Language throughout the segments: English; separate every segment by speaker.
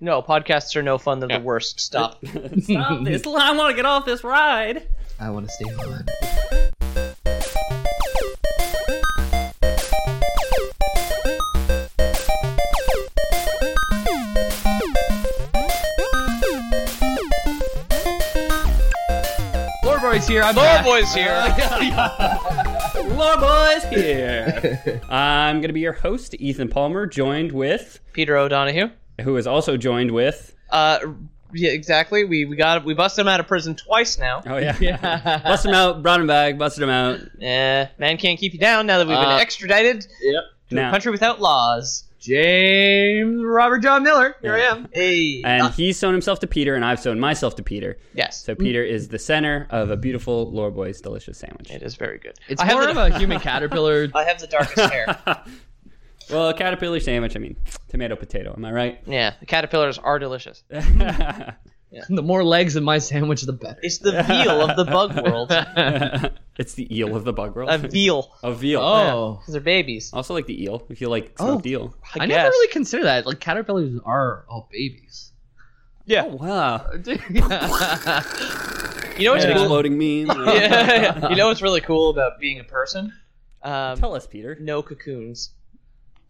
Speaker 1: No, podcasts are no fun. They're the worst. Stop.
Speaker 2: Stop this. I want to get off this ride.
Speaker 3: I want to stay on.
Speaker 4: Lore Boy's here. I'm
Speaker 1: Lore
Speaker 4: back.
Speaker 1: Boy's here.
Speaker 2: Lore boys here.
Speaker 4: I'm gonna be your host, Ethan Palmer, joined with
Speaker 1: Peter O'Donohue.
Speaker 4: who is also joined with.
Speaker 1: Uh, yeah, exactly. We we got we busted him out of prison twice now.
Speaker 4: Oh yeah, yeah. bust him out, brought him back, busted him out.
Speaker 1: Eh, man can't keep you down now that we've
Speaker 4: Uh,
Speaker 1: been extradited
Speaker 4: Yep.
Speaker 1: to a
Speaker 4: Now,
Speaker 1: country without laws. James Robert John Miller. Here I am. Hey.
Speaker 4: and
Speaker 1: Uh,
Speaker 4: he's sewn himself to Peter, and I've sewn myself to Peter.
Speaker 1: yes.
Speaker 4: So Peter is the center of a beautiful Lore Boy's delicious sandwich.
Speaker 1: it is very good.
Speaker 3: It's
Speaker 1: I have
Speaker 3: more
Speaker 1: the-
Speaker 3: of a human caterpillar.
Speaker 1: I have the darkest hair.
Speaker 4: Well, a caterpillar sandwich. I mean, tomato potato. Am I right?
Speaker 1: Yeah, the caterpillars are delicious.
Speaker 3: the more legs in my sandwich, the better.
Speaker 1: It's the veal of the bug world.
Speaker 4: it's the eel of the bug world.
Speaker 1: A veal.
Speaker 4: A veal.
Speaker 3: Oh,
Speaker 1: Because they're babies.
Speaker 4: Also like the eel. If you like smoked eel.
Speaker 3: I,
Speaker 1: guess.
Speaker 3: never really consider that. Like caterpillars are all babies.
Speaker 1: Yeah.
Speaker 4: Wow.
Speaker 1: You know what's cool?
Speaker 4: Exploding meme.
Speaker 1: yeah. You know what's really cool about being a person? Um,
Speaker 4: Tell us, Peter.
Speaker 1: no cocoons.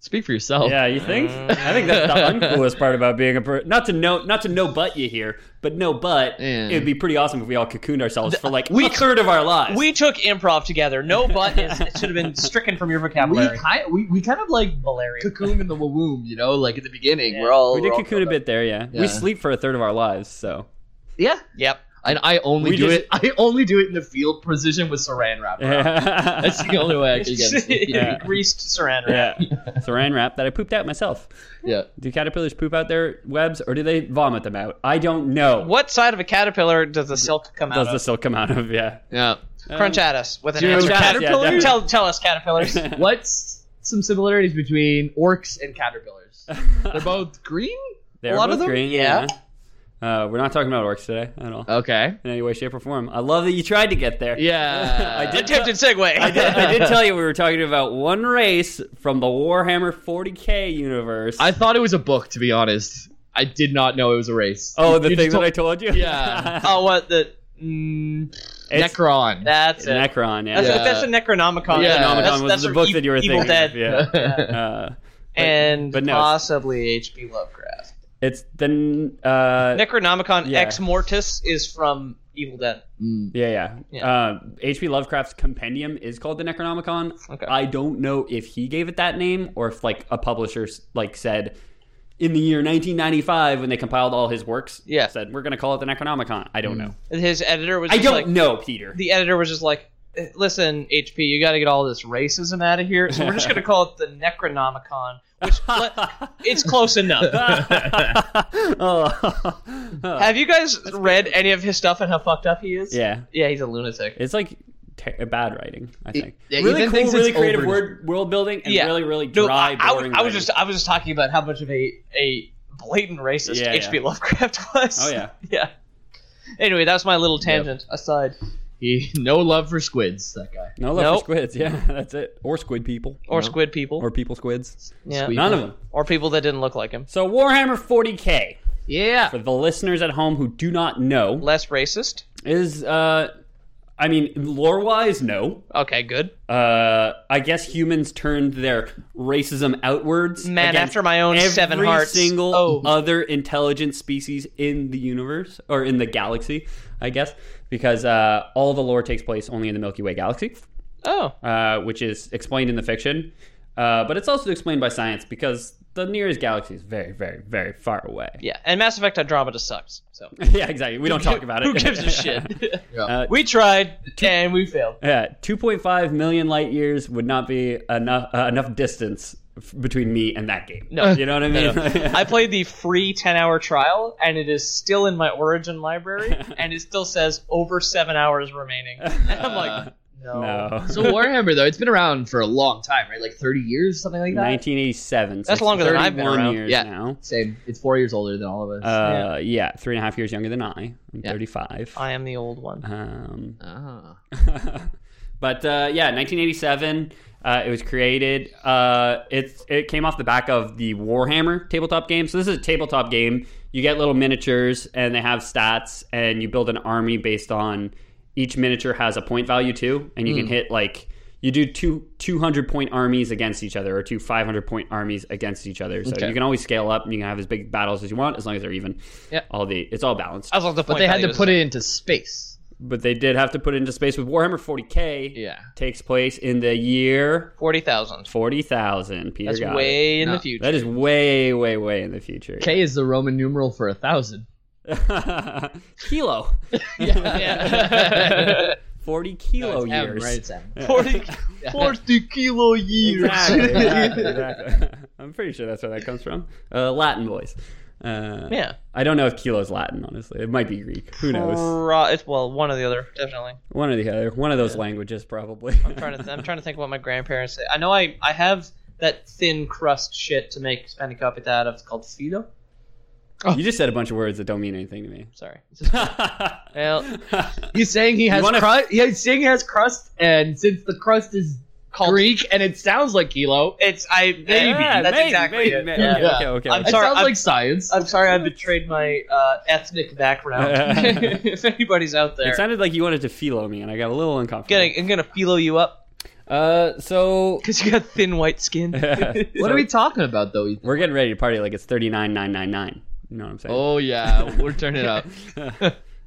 Speaker 3: Speak for
Speaker 1: Oh.
Speaker 3: yourself.
Speaker 4: Yeah, you think? I think that's the uncoolest part about being a per- not to know not to know but you here, but no but
Speaker 3: Yeah.
Speaker 4: it would be pretty awesome if we all cocooned ourselves for like a third of our lives.
Speaker 1: We took improv together. No but is, it should have been stricken from your
Speaker 3: We,
Speaker 1: vocabulary.
Speaker 3: kind, we, we kind of like
Speaker 1: Malaria.
Speaker 3: cocoon in the womb, you know, like at the beginning. We're all
Speaker 4: We did
Speaker 3: we're all
Speaker 4: cocoon a
Speaker 3: grown up.
Speaker 4: bit there, yeah.
Speaker 3: Yeah.
Speaker 4: We sleep for a third of our lives, so
Speaker 3: Yeah,
Speaker 1: Yep.
Speaker 3: and I only
Speaker 4: We
Speaker 3: do
Speaker 4: just-
Speaker 3: it. I only do it in the field position with saran wrap. around. That's the only way I can get. It.
Speaker 4: Yeah.
Speaker 1: Greased saran wrap.
Speaker 4: yeah. Saran wrap that I pooped out myself.
Speaker 3: Yeah.
Speaker 4: Do caterpillars poop out their webs or do they vomit them out? I don't know.
Speaker 1: What side of a caterpillar does the silk come
Speaker 4: does
Speaker 1: out
Speaker 4: the silk come out of? Yeah.
Speaker 3: Yeah.
Speaker 1: of? Crunch at us with an
Speaker 4: Crunch
Speaker 1: answer.
Speaker 4: at us, yeah,
Speaker 1: Caterpillar?
Speaker 4: definitely.
Speaker 1: tell, tell us, caterpillars.
Speaker 3: What's some similarities between orcs and caterpillars? They're both green.
Speaker 4: They're
Speaker 1: lot
Speaker 4: both
Speaker 1: of them?
Speaker 4: green,
Speaker 1: Yeah. Uh,
Speaker 4: yeah. Uh, we're not talking about orcs today at all.
Speaker 3: Okay.
Speaker 4: in any way, shape, or form. I love that you tried to get there.
Speaker 3: Yeah.
Speaker 4: I did.
Speaker 1: Attempted segue.
Speaker 4: I did, I did tell you we were talking about one race from the Warhammer 40k universe.
Speaker 3: I thought it was a book, to be honest. I did not know it was a race.
Speaker 4: oh, the
Speaker 3: You
Speaker 4: thing
Speaker 3: just
Speaker 4: that I told you.
Speaker 3: Yeah.
Speaker 1: Oh, what the? Mm,
Speaker 4: it's
Speaker 3: Necron.
Speaker 1: that's it.
Speaker 4: Necron. Yeah.
Speaker 1: That's,
Speaker 3: Yeah.
Speaker 1: that's a Necronomicon.
Speaker 3: Yeah.
Speaker 4: Necronomicon
Speaker 1: that's,
Speaker 4: was
Speaker 1: that's
Speaker 4: the
Speaker 1: from
Speaker 4: book
Speaker 1: E-
Speaker 4: that you were
Speaker 1: Evil
Speaker 4: thinking.
Speaker 1: Dead
Speaker 4: Of. Yeah. Uh,
Speaker 1: and
Speaker 4: but no.
Speaker 1: possibly H.P. Lovecraft.
Speaker 4: it's then. Uh,
Speaker 1: Necronomicon
Speaker 4: Yeah.
Speaker 1: Ex Mortis is from Evil Dead.
Speaker 3: Mm.
Speaker 4: yeah, yeah.
Speaker 1: Yeah.
Speaker 4: Uh, H.P. Lovecraft's compendium is called the Necronomicon.
Speaker 1: Okay.
Speaker 4: I don't know if he gave it that name or if like a publisher s- like said in the year 1995 when they compiled all his works.
Speaker 1: Yeah.
Speaker 4: said we're gonna call it the Necronomicon. I don't know.
Speaker 1: His editor was.
Speaker 4: I
Speaker 1: just
Speaker 4: don't
Speaker 1: like,
Speaker 4: know, Peter.
Speaker 1: The editor was just like, "Eh, "Listen, HP, you got to get all this racism out of here. So we're just gonna call it the Necronomicon, which le- it's close enough."
Speaker 4: oh.
Speaker 1: Have you guys read any of his stuff and how fucked up he is?
Speaker 4: yeah,
Speaker 1: yeah, he's a lunatic.
Speaker 4: it's like ter- bad writing. I think
Speaker 3: yeah,
Speaker 4: really
Speaker 3: Ethan
Speaker 4: cool,
Speaker 3: thinks
Speaker 4: really
Speaker 3: it's
Speaker 4: creative
Speaker 3: over-
Speaker 4: word world building, and
Speaker 1: Yeah.
Speaker 4: really, really
Speaker 1: No,
Speaker 4: dry,
Speaker 1: I, I was,
Speaker 4: boring.
Speaker 1: I was
Speaker 4: writing.
Speaker 1: just, I was just talking about how much of a a blatant racist
Speaker 4: Yeah,
Speaker 1: HP
Speaker 4: yeah.
Speaker 1: Lovecraft was.
Speaker 4: Oh yeah,
Speaker 1: yeah. Anyway, that's my little tangent aside.
Speaker 3: He no love for squids. That guy.
Speaker 4: no love
Speaker 1: Nope.
Speaker 4: for squids. Yeah, that's it. Or squid people,
Speaker 1: Or squid people.
Speaker 4: or people squids.
Speaker 1: yeah.
Speaker 3: Squid.
Speaker 4: None of them.
Speaker 1: Or people that didn't look like him.
Speaker 4: So Warhammer 40k
Speaker 3: Yeah.
Speaker 4: for the listeners at home who do not know
Speaker 1: Less racist.
Speaker 4: is, uh, I mean, lore wise, no.
Speaker 1: Okay, good.
Speaker 4: Uh, I guess humans turned their racism outwards.
Speaker 1: Man
Speaker 4: against
Speaker 1: after my own
Speaker 4: every
Speaker 1: seven hearts.
Speaker 4: single
Speaker 1: Oh.
Speaker 4: other intelligent species in the universe or in the galaxy, I guess, because uh, all the lore takes place only in the Milky Way galaxy,
Speaker 1: Oh,
Speaker 4: uh, which is explained in the fiction, uh, but it's also explained by science because the nearest galaxy is very, very, very far away.
Speaker 1: yeah. And Mass Effect Andromeda sucks. So
Speaker 4: Yeah, exactly. We don't talk about it.
Speaker 1: who gives a shit?
Speaker 4: Uh,
Speaker 1: we tried and we failed.
Speaker 4: Yeah, 2.5 million light years would not be enough uh, enough distance f- between me and that game.
Speaker 1: No.
Speaker 4: you know what I mean.
Speaker 1: I played the free 10 hour trial, and it is still in my Origin library, and it still says over seven hours remaining. And I'm like, no.
Speaker 4: Uh, no.
Speaker 3: So Warhammer though, it's been around for a long time, right? Like thirty years, something like that.
Speaker 4: 1987. so
Speaker 1: That's
Speaker 4: it's
Speaker 1: longer than I've been
Speaker 4: 31
Speaker 1: around.
Speaker 4: Years
Speaker 3: Yeah.
Speaker 4: now.
Speaker 3: Same. It's four years older than all of us.
Speaker 4: Uh, yeah. three and a half years younger than I. I'm
Speaker 3: Yeah.
Speaker 4: 35.
Speaker 1: I am the old one.
Speaker 4: Um,
Speaker 3: Ah.
Speaker 4: but uh, yeah, 1987. Uh, it was created. Uh, it's it came off the back of the Warhammer tabletop game. So this is a tabletop game. You get little miniatures, and they have stats, and you build an army based on each miniature has a point value too, and you
Speaker 3: Hmm.
Speaker 4: can hit like you do two 200 point armies against each other or two 500 point armies against each other so
Speaker 3: Okay.
Speaker 4: you can always scale up and you can have as big battles as you want as long as they're even
Speaker 3: Yeah. Oh.
Speaker 4: all the it's all balanced
Speaker 1: I was like, the
Speaker 3: But
Speaker 1: point
Speaker 3: they had
Speaker 1: value
Speaker 3: to
Speaker 1: is-
Speaker 3: put it into space.
Speaker 4: but they did have to put it into space with warhammer 40k
Speaker 3: Yeah.
Speaker 4: takes place in the year
Speaker 1: 40,000.
Speaker 4: forty thousand. Peter
Speaker 1: That's
Speaker 4: got it.
Speaker 1: way in
Speaker 3: No.
Speaker 1: the future.
Speaker 4: That is way, way, way in the future.
Speaker 3: K is the Roman numeral for a thousand.
Speaker 4: kilo,
Speaker 1: Yeah.
Speaker 4: forty kilo
Speaker 3: It's M,
Speaker 4: Oh, years.
Speaker 3: right? It's M.
Speaker 1: 40, 40 kilo years.
Speaker 4: Exactly. exactly, exactly. I'm pretty sure that's where that comes from. Uh, Latin voice. Uh,
Speaker 1: Yeah.
Speaker 4: I don't know if kilo is Latin. Honestly, it might be Greek. Who knows?
Speaker 1: Right, it's well, one or the other, definitely.
Speaker 4: One or the other. One of those languages, probably.
Speaker 1: I'm trying to. Th- I'm trying to think what my grandparents say. I know I I have that thin crust shit to make spanning copy out of. It's called filo.
Speaker 4: you just said a bunch of words that don't mean anything to me.
Speaker 1: Sorry. Well,
Speaker 3: He's saying he has
Speaker 4: wanna-
Speaker 3: crust. He's saying he has crust, and since the crust is
Speaker 1: Called-
Speaker 3: Greek and it sounds like kilo,
Speaker 1: it's I maybe
Speaker 4: Yeah,
Speaker 1: that's
Speaker 4: maybe,
Speaker 1: exactly
Speaker 4: maybe,
Speaker 1: it.
Speaker 4: maybe.
Speaker 1: Yeah.
Speaker 4: Okay, okay, okay.
Speaker 1: I'm
Speaker 3: it
Speaker 1: sorry,
Speaker 3: sounds
Speaker 1: I'm-
Speaker 3: like science.
Speaker 1: I'm sorry, I betrayed my uh, ethnic background. if anybody's out there,
Speaker 4: It sounded like you wanted to philo me, and I got a little uncomfortable.
Speaker 1: Gonna- I'm gonna filo you up
Speaker 4: Uh, so
Speaker 1: because you got thin white skin.
Speaker 3: what are we talking about though? Ethan?
Speaker 4: We're getting ready to party like it's thirty nine nine nine nine. You know what I'm saying?
Speaker 3: Oh yeah, we're turning up.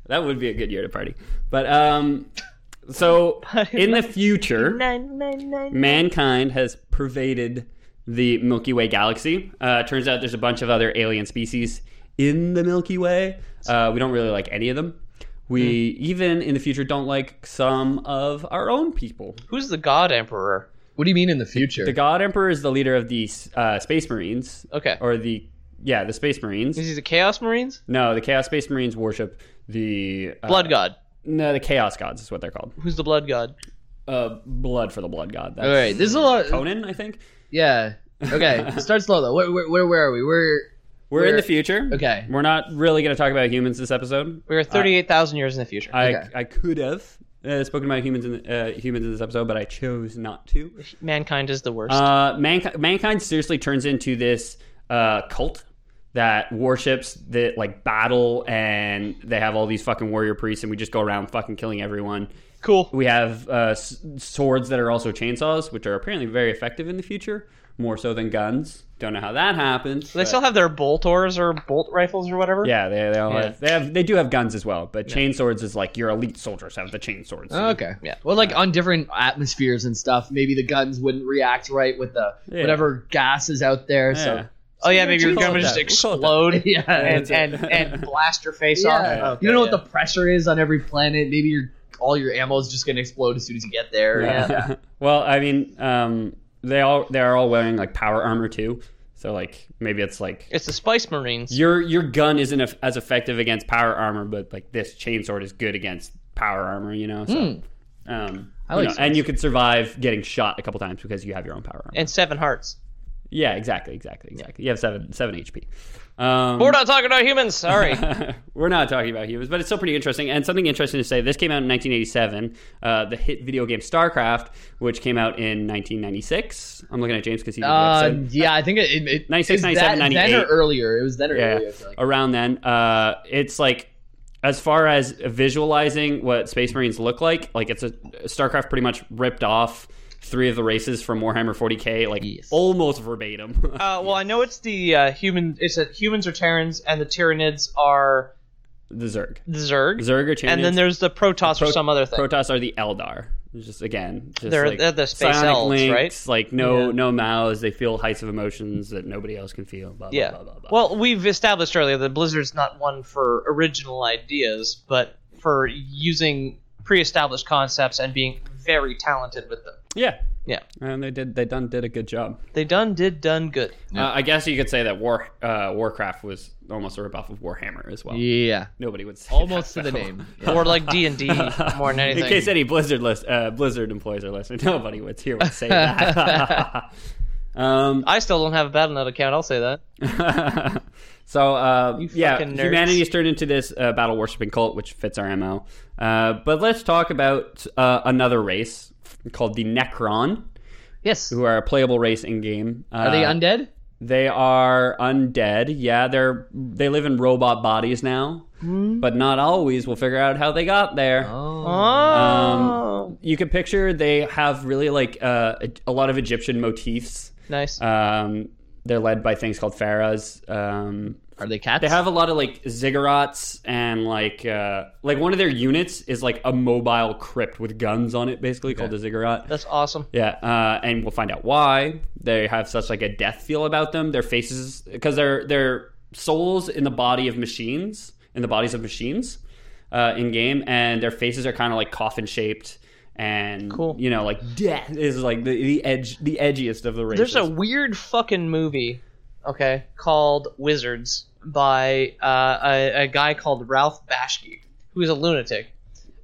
Speaker 4: That would be a good year to party. But um, so in the future, mankind has pervaded the Milky Way galaxy. Uh, turns out there's a bunch of other alien species in the Milky Way. Uh, we don't really like any of them. We
Speaker 3: Hmm.
Speaker 4: even in the future don't like some of our own people.
Speaker 1: Who's the God Emperor?
Speaker 3: What do you mean in the future?
Speaker 4: The God Emperor is the leader of the uh, Space Marines,
Speaker 1: Okay,
Speaker 4: or the yeah, the Space Marines.
Speaker 1: is he the Chaos Marines?
Speaker 4: No, the Chaos Space Marines worship the uh,
Speaker 1: Blood God.
Speaker 4: No, the Chaos Gods is what they're called.
Speaker 1: Who's the Blood God?
Speaker 4: Uh, blood for the Blood God. That's
Speaker 3: All right, this is a lot.
Speaker 4: Conan, I think.
Speaker 3: Yeah. Okay, start slow though. Where where, where, where are we? We're
Speaker 4: We're, in
Speaker 3: We're-
Speaker 4: the future.
Speaker 3: okay.
Speaker 4: We're not really going to talk about humans this episode.
Speaker 1: We are thirty-eight thousand years in the future.
Speaker 4: I
Speaker 3: Okay.
Speaker 4: I could have uh, spoken about humans in the, uh, humans in this episode, but I chose not to.
Speaker 1: Mankind is the worst.
Speaker 4: Uh, mankind, mankind seriously turns into this uh, cult that worships the like battle, and they have all these fucking warrior priests, and we just go around fucking killing everyone.
Speaker 1: cool.
Speaker 4: We have uh, s- swords that are also chainsaws, which are apparently very effective in the future, more so than guns. Don't know how that happened.
Speaker 1: Do they still have their boltors or bolt rifles or whatever?
Speaker 4: yeah, they, they all
Speaker 1: Yeah.
Speaker 4: have they have they do have guns as well, but chain swords is like your elite soldiers have the chain swords.
Speaker 3: Oh, okay.
Speaker 1: Yeah.
Speaker 3: Well, like on different atmospheres and stuff, maybe the guns wouldn't react right with the
Speaker 4: Yeah.
Speaker 3: whatever gas is out there. So
Speaker 4: Yeah.
Speaker 1: Oh yeah, maybe your
Speaker 4: We'll
Speaker 1: gun
Speaker 4: call it
Speaker 1: would just
Speaker 4: that. We'll
Speaker 1: explode
Speaker 3: yeah,
Speaker 1: and,
Speaker 4: that's it.
Speaker 1: and and blast your face off.
Speaker 3: yeah.
Speaker 1: Okay,
Speaker 3: you don't know
Speaker 1: yeah.
Speaker 3: what the pressure is on every planet. Maybe your all your ammo is just gonna explode as soon as you get there.
Speaker 4: Yeah. well, I mean, um, they all they are all wearing like power armor too, so like maybe it's like
Speaker 1: It's the Spice Marines.
Speaker 4: your your gun isn't eff- as effective against power armor, but like this chain sword is good against power armor. You know, so. Um,
Speaker 3: Hmm. I
Speaker 4: you
Speaker 3: like
Speaker 4: know, and you can survive getting shot a couple times because you have your own power armor.
Speaker 1: and Seven Hearts.
Speaker 4: Yeah, exactly, exactly, exactly. You have seven seven HP. Um,
Speaker 1: We're not talking about humans. Sorry. Uh,
Speaker 4: we're not talking about humans, but it's still pretty interesting. And something interesting to say: this came out in 1987. Uh, the hit video game StarCraft, which came out in 1996. I'm looking at James because he did the
Speaker 3: Uh,
Speaker 4: episode.
Speaker 3: yeah, I think it, it, it
Speaker 4: 96,
Speaker 3: is
Speaker 4: 97,
Speaker 3: that then or
Speaker 4: 98.
Speaker 3: earlier. It was then or
Speaker 4: Yeah,
Speaker 3: earlier. I feel like.
Speaker 4: around then. Uh, it's like as far as visualizing what Space Marines look like, like it's a StarCraft pretty much ripped off three of the races from Warhammer 40k, like
Speaker 3: Yes.
Speaker 4: almost verbatim.
Speaker 1: Uh, well, I know it's the uh, human. It's that humans are Terrans and the Tyranids are
Speaker 4: the Zerg,
Speaker 1: the Zerg.
Speaker 4: Zerg or
Speaker 1: and then there's the Protoss or
Speaker 4: Pro-
Speaker 1: some other thing.
Speaker 4: Protoss are the Eldar. Just again, just
Speaker 1: They're-
Speaker 4: like
Speaker 1: they're the space
Speaker 4: psionic
Speaker 1: elves,
Speaker 4: links,
Speaker 1: right?
Speaker 4: Like no, no mouths. They feel heights of emotions that nobody else can feel. Blah, blah,
Speaker 1: yeah.
Speaker 4: Blah, blah, blah.
Speaker 1: Well, we've established earlier that Blizzard's not one for original ideas, but for using pre-established concepts and being very talented with them.
Speaker 4: yeah,
Speaker 1: Yeah,
Speaker 4: And they did. They done did a good job.
Speaker 1: they done did done good.
Speaker 4: Uh, I guess you could say that War uh, Warcraft was almost a ripoff of Warhammer as well.
Speaker 3: Yeah.
Speaker 4: Nobody would say
Speaker 3: Almost to
Speaker 4: that,
Speaker 3: the
Speaker 4: though.
Speaker 3: name.
Speaker 1: Or like D and D more than anything.
Speaker 4: In case any Blizzard list, uh, Blizzard employees are listening, nobody would here would say that. um,
Speaker 1: I still don't have a Battle.net account. I'll say that.
Speaker 4: so uh,
Speaker 1: You
Speaker 4: yeah,
Speaker 1: fucking nerds.
Speaker 4: humanity's turned into this uh, battle worshipping cult, which fits our mo. Uh, but let's talk about uh, another race called the Necron,
Speaker 3: Yes.
Speaker 4: who are a playable race in game. Uh,
Speaker 3: Are they undead?
Speaker 4: They are undead. Yeah, they're they live in robot bodies now, but not always. We'll figure out how they got there. Um, Uh,
Speaker 1: Oh,
Speaker 4: You can picture they have really like uh, a, a lot of Egyptian motifs.
Speaker 1: nice.
Speaker 4: Um, they're led by things called pharaohs. Um,
Speaker 3: Are they cats?
Speaker 4: they have a lot of like ziggurats and like uh, like one of their units is like a mobile crypt with guns on it, basically called a ziggurat.
Speaker 1: That's awesome.
Speaker 4: Yeah, uh, and we'll find out why they have such like a death feel about them. Their faces, because they're they're souls in the body of machines, in the bodies of machines, uh, in game, and their faces are kind of like coffin shaped, and
Speaker 1: Cool.
Speaker 4: you know, like death is like the, the edge, the edgiest of the races.
Speaker 1: There's a weird fucking movie, okay, called Wizards by uh, a, a guy called Ralph Bashki, who's a lunatic,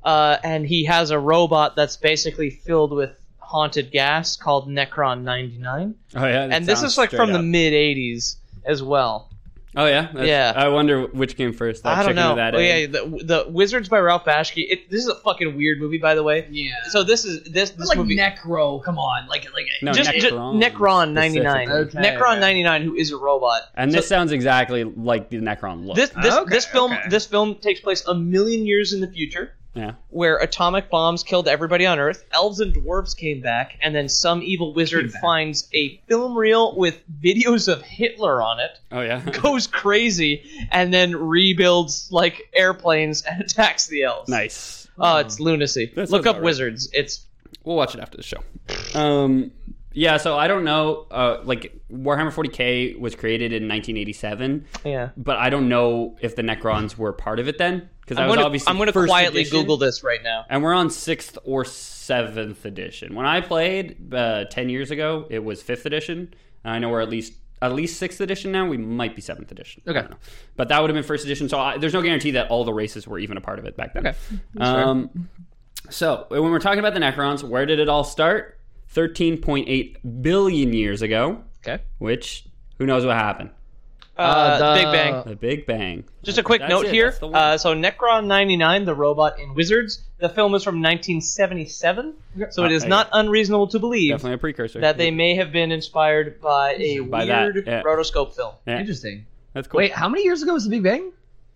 Speaker 1: uh, and he has a robot that's basically filled with haunted gas called Necron 99,
Speaker 4: oh yeah, that
Speaker 1: and this
Speaker 4: sounds
Speaker 1: is like from
Speaker 4: straight
Speaker 1: the
Speaker 4: up.
Speaker 1: mid 80s as well.
Speaker 4: oh yeah, That's-
Speaker 1: Yeah.
Speaker 4: I wonder which came first. That
Speaker 1: I don't
Speaker 4: chicken or
Speaker 1: know.
Speaker 4: That
Speaker 1: oh,
Speaker 4: egg?
Speaker 1: yeah, the, the Wizards by Ralph Bashki. It, this is a fucking weird movie, by the way.
Speaker 3: Yeah.
Speaker 1: So this is this this
Speaker 3: But like
Speaker 1: movie.
Speaker 3: Necro, come on, like like
Speaker 4: No,
Speaker 1: just,
Speaker 4: Necron
Speaker 1: just Necron 99.
Speaker 3: specifically. Okay,
Speaker 1: Necron
Speaker 3: okay.
Speaker 1: 99 who is a robot.
Speaker 4: And
Speaker 1: So-
Speaker 4: this sounds exactly like the Necron look.
Speaker 1: This this,
Speaker 3: Okay,
Speaker 1: this film
Speaker 3: okay.
Speaker 1: this film takes place a million years in the future,
Speaker 4: yeah.
Speaker 1: where atomic bombs killed everybody on Earth. Elves and dwarves came back, and then some evil wizard finds a film reel with videos of Hitler on it,
Speaker 4: Oh yeah.
Speaker 1: goes crazy, and then rebuilds like airplanes and attacks the elves.
Speaker 4: nice.
Speaker 1: Oh, it's lunacy.
Speaker 4: That sounds
Speaker 1: Look up
Speaker 4: about right.
Speaker 1: wizards. It's
Speaker 4: we'll watch it after the show. Um, yeah, so I don't know. Uh, like Warhammer 40k was created in 1987,
Speaker 1: yeah.
Speaker 4: but I don't know if the Necrons were part of it then because I
Speaker 1: I'm
Speaker 4: was
Speaker 1: gonna,
Speaker 4: obviously.
Speaker 1: I'm gonna
Speaker 4: first
Speaker 1: quietly
Speaker 4: edition,
Speaker 1: Google this right now.
Speaker 4: And we're on sixth or seventh edition. When I played uh, ten years ago, it was fifth edition. And I know we're at least at least sixth edition now. We might be seventh edition. Okay, but that would have been first edition. So I, there's no guarantee that all the races were even a part of it back then. Okay, um, so when we're talking about the Necrons, where did it all start? Thirteen point eight billion years ago.
Speaker 3: Okay.
Speaker 4: Which who knows what happened?
Speaker 1: Uh,
Speaker 3: Uh, the-
Speaker 1: Big Bang.
Speaker 4: The Big Bang.
Speaker 1: Just a quick
Speaker 4: That's
Speaker 1: note
Speaker 4: it,
Speaker 1: here.
Speaker 4: that's the one.
Speaker 1: Uh, so Necron 99, the robot in Wizards, the film is from 1977, so it
Speaker 4: Uh,
Speaker 1: is
Speaker 4: hey.
Speaker 1: not unreasonable to believe
Speaker 4: Definitely a precursor.
Speaker 1: that they may have been inspired by a
Speaker 4: By that,
Speaker 1: weird
Speaker 4: yeah.
Speaker 1: rotoscope film.
Speaker 4: Yeah,
Speaker 3: Interesting.
Speaker 4: that's cool.
Speaker 3: Wait, how many years ago was the Big Bang?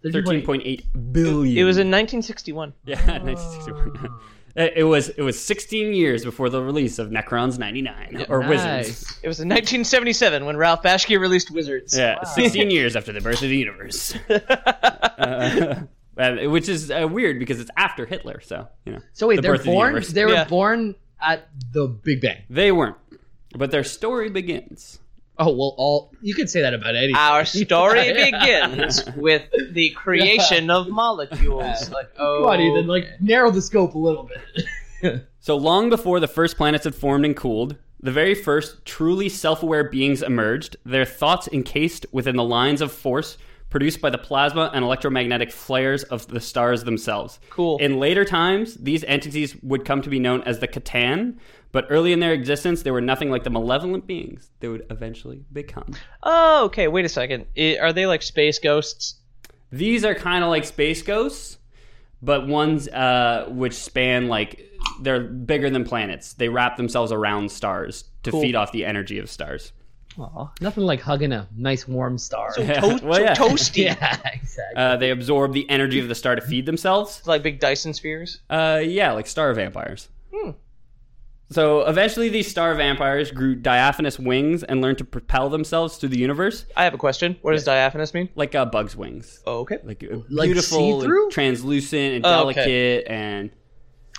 Speaker 4: 13.8 billion.
Speaker 1: It was in 1961.
Speaker 4: Yeah, 1961. It it was it was 16 years before the release of Necrons 99 or Wizards.
Speaker 3: Nice.
Speaker 1: It was in 1977 when Ralph Bashki released Wizards.
Speaker 4: Yeah, 16 years after the birth of the universe, Uh, uh, which is uh, weird because it's after Hitler. So you know
Speaker 3: So wait,
Speaker 4: The
Speaker 3: they're
Speaker 4: birth of the
Speaker 3: born.
Speaker 4: universe.
Speaker 3: they were
Speaker 1: Yeah.
Speaker 3: born at the Big Bang.
Speaker 4: they weren't, but their story begins.
Speaker 3: Oh well, all you could say that about anything.
Speaker 1: Our story begins with the creation of molecules. Like, oh,
Speaker 3: Come on, Ethan. Like narrow the scope a little bit.
Speaker 4: So long before the first planets had formed and cooled, the very first truly self aware beings emerged, their thoughts encased within the lines of force produced by the plasma and electromagnetic flares of the stars themselves.
Speaker 1: Cool.
Speaker 4: In later times, these entities would come to be known as the Catan, but early in their existence, they were nothing like the malevolent beings they would eventually become.
Speaker 1: oh, okay. Wait a second. I- are they like space ghosts?
Speaker 4: These are kind of like space ghosts, but ones uh, which span like they're bigger than planets. They wrap themselves around stars to feed off the energy of stars.
Speaker 3: Nothing like hugging a nice warm star.
Speaker 1: Toast,
Speaker 4: Well, yeah.
Speaker 1: so toasty.
Speaker 3: yeah, exactly.
Speaker 4: Uh, they absorb the energy of the star to feed themselves.
Speaker 1: like big Dyson spheres.
Speaker 4: Uh, yeah, like star vampires.
Speaker 1: Hmm.
Speaker 4: So eventually, these star vampires grew diaphanous wings and learned to propel themselves through the universe
Speaker 1: I have a question. What does diaphanous mean?
Speaker 4: like uh, bug's wings,
Speaker 1: Oh, okay.
Speaker 4: like,
Speaker 3: Like
Speaker 4: beautiful,
Speaker 3: see-through?
Speaker 4: and translucent, and
Speaker 1: Oh, okay.
Speaker 4: delicate, and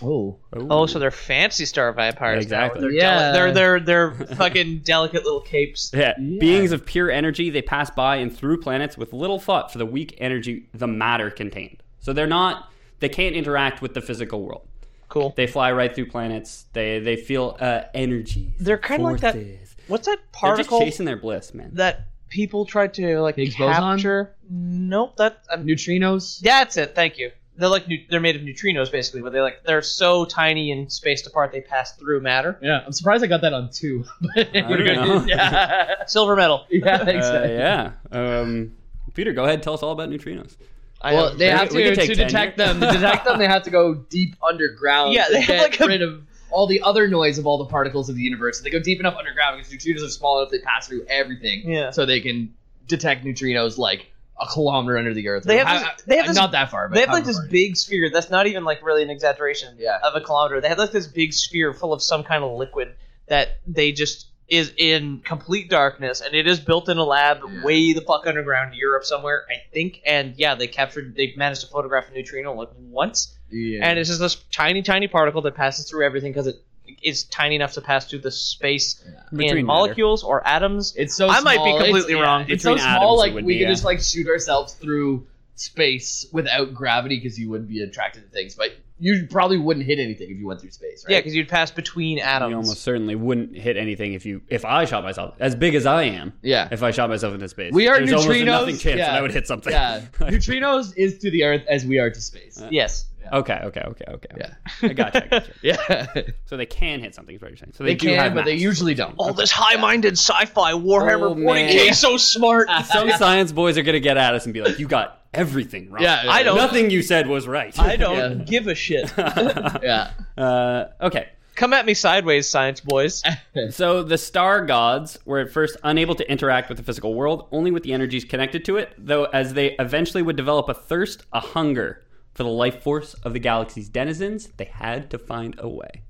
Speaker 3: oh,
Speaker 1: Oh, so they're fancy star vampires. now.
Speaker 4: Exactly.
Speaker 1: They're Deli-
Speaker 3: Yeah.
Speaker 1: they're they're they're fucking delicate little capes.
Speaker 4: Yeah.
Speaker 3: Yeah.
Speaker 4: Beings of pure energy, they pass by and through planets with little thought for the weak energy the matter contained. So they're not, they can't interact with the physical world.
Speaker 1: Cool.
Speaker 4: They fly right through planets. They they feel uh, energy.
Speaker 1: They're kinda like that
Speaker 4: forces.
Speaker 1: What's that
Speaker 4: They're just
Speaker 1: particle
Speaker 4: chasing their bliss, man.
Speaker 1: that people tried to like
Speaker 3: Higgs boson?
Speaker 1: capture? Nope. That um,
Speaker 3: Neutrinos.
Speaker 1: that's it. Thank you. They're like nu- they're made of neutrinos basically, but they are like they're so tiny and spaced apart they pass through matter.
Speaker 3: Yeah, I'm surprised I got that on two. But
Speaker 4: I don't know.
Speaker 3: yeah,
Speaker 1: Silver metal.
Speaker 3: yeah,
Speaker 4: Uh,
Speaker 3: exactly.
Speaker 4: yeah. Um, Peter, go ahead. and Tell us all about neutrinos.
Speaker 1: I
Speaker 3: Well,
Speaker 1: know.
Speaker 3: they
Speaker 4: We-
Speaker 3: have
Speaker 4: we
Speaker 3: to
Speaker 4: can take
Speaker 3: to
Speaker 4: 10
Speaker 3: detect
Speaker 4: here.
Speaker 3: them. To detect them, they have to go deep underground.
Speaker 1: Yeah,
Speaker 3: to
Speaker 1: they have
Speaker 3: get
Speaker 1: like a-
Speaker 3: rid of all the other noise of all the particles of the universe. So they go deep enough underground because neutrinos are small enough they pass through everything.
Speaker 1: Yeah.
Speaker 3: So they can detect neutrinos like a kilometer under the earth.
Speaker 1: They have
Speaker 3: How-
Speaker 1: this- they have this-
Speaker 3: not that far, but
Speaker 1: They have like
Speaker 3: however
Speaker 1: this
Speaker 3: far.
Speaker 1: big sphere that's not even like really an exaggeration
Speaker 3: Yeah.
Speaker 1: of a kilometer. They have like this big sphere full of some kind of liquid that they just is in complete darkness and it is built in a lab
Speaker 3: Yeah.
Speaker 1: way the fuck underground Europe somewhere, I think. And yeah, they captured they managed to photograph a neutrino like once.
Speaker 3: Yeah.
Speaker 1: And it's just this tiny, tiny particle that passes through everything because it is tiny enough to pass through the space
Speaker 4: Between
Speaker 1: in molecules or atoms.
Speaker 3: It's so.
Speaker 1: I might be
Speaker 3: small, it's-
Speaker 1: completely
Speaker 3: yeah,
Speaker 1: wrong.
Speaker 3: It's so
Speaker 4: Between
Speaker 3: small,
Speaker 4: atoms,
Speaker 3: like
Speaker 4: it would
Speaker 3: we
Speaker 4: be,
Speaker 3: could
Speaker 4: yeah.
Speaker 3: just like shoot ourselves through space without gravity because you wouldn't be attracted to things. But you probably wouldn't hit anything if you went through space,
Speaker 1: Yeah,
Speaker 3: right?
Speaker 1: because you'd pass between
Speaker 4: You
Speaker 3: Um,
Speaker 1: atoms.
Speaker 4: almost certainly wouldn't hit anything if you if I shot myself as big as I am.
Speaker 3: Yeah.
Speaker 4: If I shot myself into space,
Speaker 3: We are
Speaker 4: There's almost a nothing
Speaker 3: neutrinos.
Speaker 4: chance that
Speaker 3: Yeah.
Speaker 4: I would hit something.
Speaker 3: Yeah, neutrinos is to the Earth as we are to space.
Speaker 4: Uh,
Speaker 1: yes.
Speaker 4: okay. Okay. Okay. Okay.
Speaker 3: Yeah.
Speaker 4: I gotcha. I gotcha.
Speaker 3: Yeah, they,
Speaker 4: so they can hit something. Is what you're saying. So they, do
Speaker 3: can,
Speaker 4: have
Speaker 3: but they
Speaker 4: mass.
Speaker 3: usually don't.
Speaker 1: All this high-minded sci-fi Warhammer
Speaker 4: Oh,
Speaker 1: 40k
Speaker 4: man.
Speaker 1: so smart.
Speaker 4: Some science boys are gonna get at us and be like, "You got everything wrong.
Speaker 3: Yeah, yeah,
Speaker 1: I don't-
Speaker 4: Nothing you said was right."
Speaker 1: I don't
Speaker 3: Yeah.
Speaker 1: give a shit.
Speaker 3: Yeah,
Speaker 4: uh, okay.
Speaker 1: Come at me sideways, science boys.
Speaker 4: Hmm. So the star gods were at first unable to interact with the physical world, only with the energies connected to it, though as they eventually would develop a thirst, a hunger for the life force of the galaxy's denizens, they had to find a way.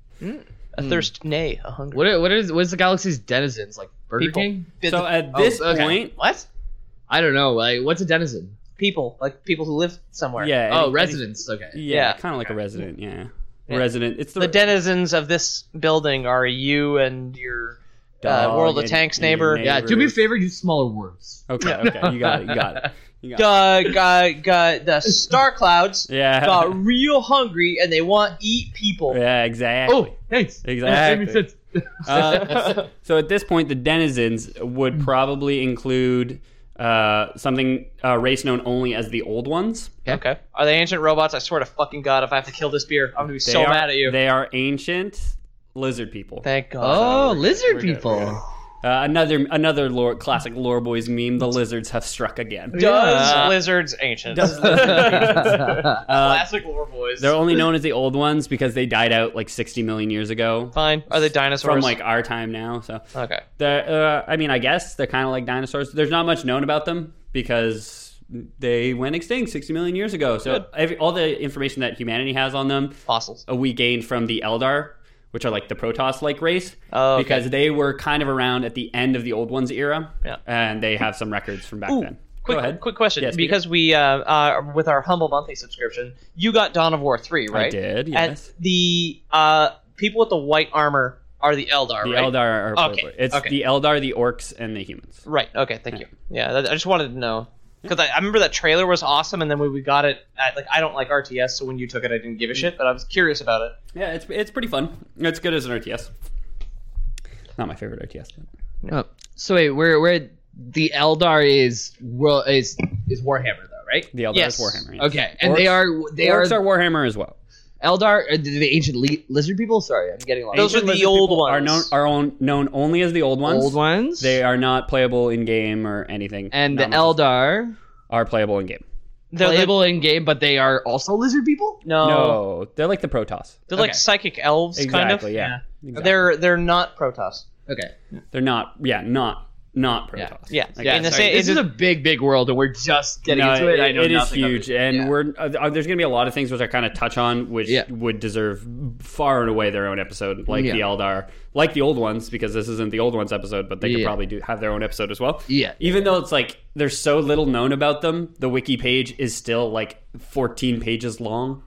Speaker 1: A thirst, nay, a hunger.
Speaker 3: what i- what is what is the galaxy's denizens like? Burger
Speaker 1: People.
Speaker 3: King?
Speaker 4: So at
Speaker 3: Oh,
Speaker 4: this
Speaker 3: okay.
Speaker 4: point,
Speaker 1: What?
Speaker 3: I don't know. Like, what's a denizen?
Speaker 1: People, like people who live somewhere.
Speaker 4: yeah,
Speaker 3: Oh,
Speaker 4: any-
Speaker 3: residents. Okay.
Speaker 4: any- yeah,
Speaker 1: Yeah.
Speaker 4: kind of like a resident, yeah.
Speaker 1: Yeah.
Speaker 4: Resident. It's the,
Speaker 1: The denizens of this building are you and your uh,
Speaker 4: Dog
Speaker 1: World of
Speaker 4: and-
Speaker 1: Tanks
Speaker 4: and your
Speaker 1: neighbor.
Speaker 4: neighbor.
Speaker 3: Yeah. Do me a favor. Use smaller words.
Speaker 4: Okay, okay, you got it, you got it. You got
Speaker 1: Got,
Speaker 4: it.
Speaker 1: got, got the star clouds
Speaker 4: Yeah.
Speaker 1: got real hungry and they want to eat people.
Speaker 4: Yeah, exactly.
Speaker 3: Oh, thanks. That
Speaker 4: Exactly.
Speaker 3: made sense.
Speaker 4: Uh, so at this point, the denizens would probably include uh, something a race known only as the old ones.
Speaker 1: Okay. Are they ancient robots? I swear to fucking god, if I have to kill this beer, I'm gonna be so
Speaker 4: are,
Speaker 1: mad at you.
Speaker 4: They are ancient lizard people.
Speaker 1: Thank God.
Speaker 3: Oh, lizard people.
Speaker 4: Uh, another another lore, classic lore boys meme. The lizards have struck again.
Speaker 1: Does
Speaker 4: Yeah.
Speaker 1: lizards ancient?
Speaker 4: Does lizards- uh,
Speaker 1: Classic lore boys.
Speaker 4: they're only known as the old ones because they died out like 60 million years ago
Speaker 1: Fine. Are they dinosaurs?
Speaker 4: from like our time now. So
Speaker 1: okay.
Speaker 4: They're, uh, I mean, I guess they're kind of like dinosaurs. There's not much known about them because they went extinct 60 million years ago. So every, all the information that humanity has on them,
Speaker 1: Fossils.
Speaker 4: uh, we gained from the Eldar, which are like the Protoss-like race,
Speaker 1: Oh, okay.
Speaker 4: because they were kind of around at the end of the Old Ones era,
Speaker 1: Yeah.
Speaker 4: and they have some records from back then.
Speaker 1: Quick,
Speaker 4: Go ahead.
Speaker 1: quick question.
Speaker 4: Yes, Peter?
Speaker 1: because we, uh, uh, with our humble monthly subscription, you got Dawn of War three, right?
Speaker 4: did, yes.
Speaker 1: And the uh, people with the white armor are the Eldar,
Speaker 4: the
Speaker 1: right?
Speaker 4: Eldar are
Speaker 1: Okay,
Speaker 4: it's
Speaker 1: okay.
Speaker 4: the Eldar, the orcs, and the humans.
Speaker 1: Right. Okay. Thank you. Yeah. That, I just wanted to know because I, I remember that trailer was awesome, and then when we got it, at, like I don't like RTS, so when you took it, I didn't give a shit, but I was curious about it.
Speaker 4: Yeah, it's it's pretty fun. It's good as an RTS. Not my favorite RTS. But...
Speaker 3: Oh, so wait, where where the Eldar is world is is Warhammer though, right?
Speaker 4: The Eldar
Speaker 1: Yes.
Speaker 4: is Warhammer. yes.
Speaker 3: Okay, and they are they
Speaker 4: orcs
Speaker 3: are,
Speaker 4: are Warhammer as well.
Speaker 3: Eldar, uh, the the ancient li- lizard people. Sorry, I'm getting lost.
Speaker 1: Those are
Speaker 4: Ancient
Speaker 1: the
Speaker 4: lizard
Speaker 1: old
Speaker 4: people
Speaker 1: ones.
Speaker 4: Are known are on, known only as the old ones.
Speaker 3: old ones.
Speaker 4: They are not playable in game or anything.
Speaker 3: and the
Speaker 4: Not much
Speaker 3: Eldar
Speaker 4: are playable in game.
Speaker 1: They're the-
Speaker 3: playable in game, but they are also lizard people.
Speaker 1: no,
Speaker 4: no, they're like the Protoss.
Speaker 1: they're
Speaker 3: Okay.
Speaker 1: like psychic elves,
Speaker 4: Exactly.
Speaker 1: kind of.
Speaker 4: Yeah. Exactly.
Speaker 1: They're they're not Protoss.
Speaker 3: Okay,
Speaker 4: They're not. Yeah. Not. Not Protoss.
Speaker 1: Yeah.
Speaker 4: Okay.
Speaker 3: yeah.
Speaker 1: In the
Speaker 3: sorry,
Speaker 1: same-
Speaker 3: this
Speaker 1: it is-
Speaker 3: is a big, big world, and we're just getting
Speaker 4: No,
Speaker 3: into it.
Speaker 4: it-
Speaker 3: I know
Speaker 4: it is
Speaker 3: nothing of
Speaker 4: huge,
Speaker 3: it.
Speaker 4: and
Speaker 3: Yeah.
Speaker 4: we're uh, uh, there's going to be a lot of things which I kind of touch on, which
Speaker 3: Yeah.
Speaker 4: would deserve far and away their own episode, like
Speaker 3: Yeah.
Speaker 4: the Eldar, like the old ones, because this isn't the old ones episode, but they could
Speaker 3: Yeah.
Speaker 4: probably do have their own episode as well.
Speaker 3: Yeah.
Speaker 4: even though it's like there's so little known about them, the wiki page is still like 14 pages long.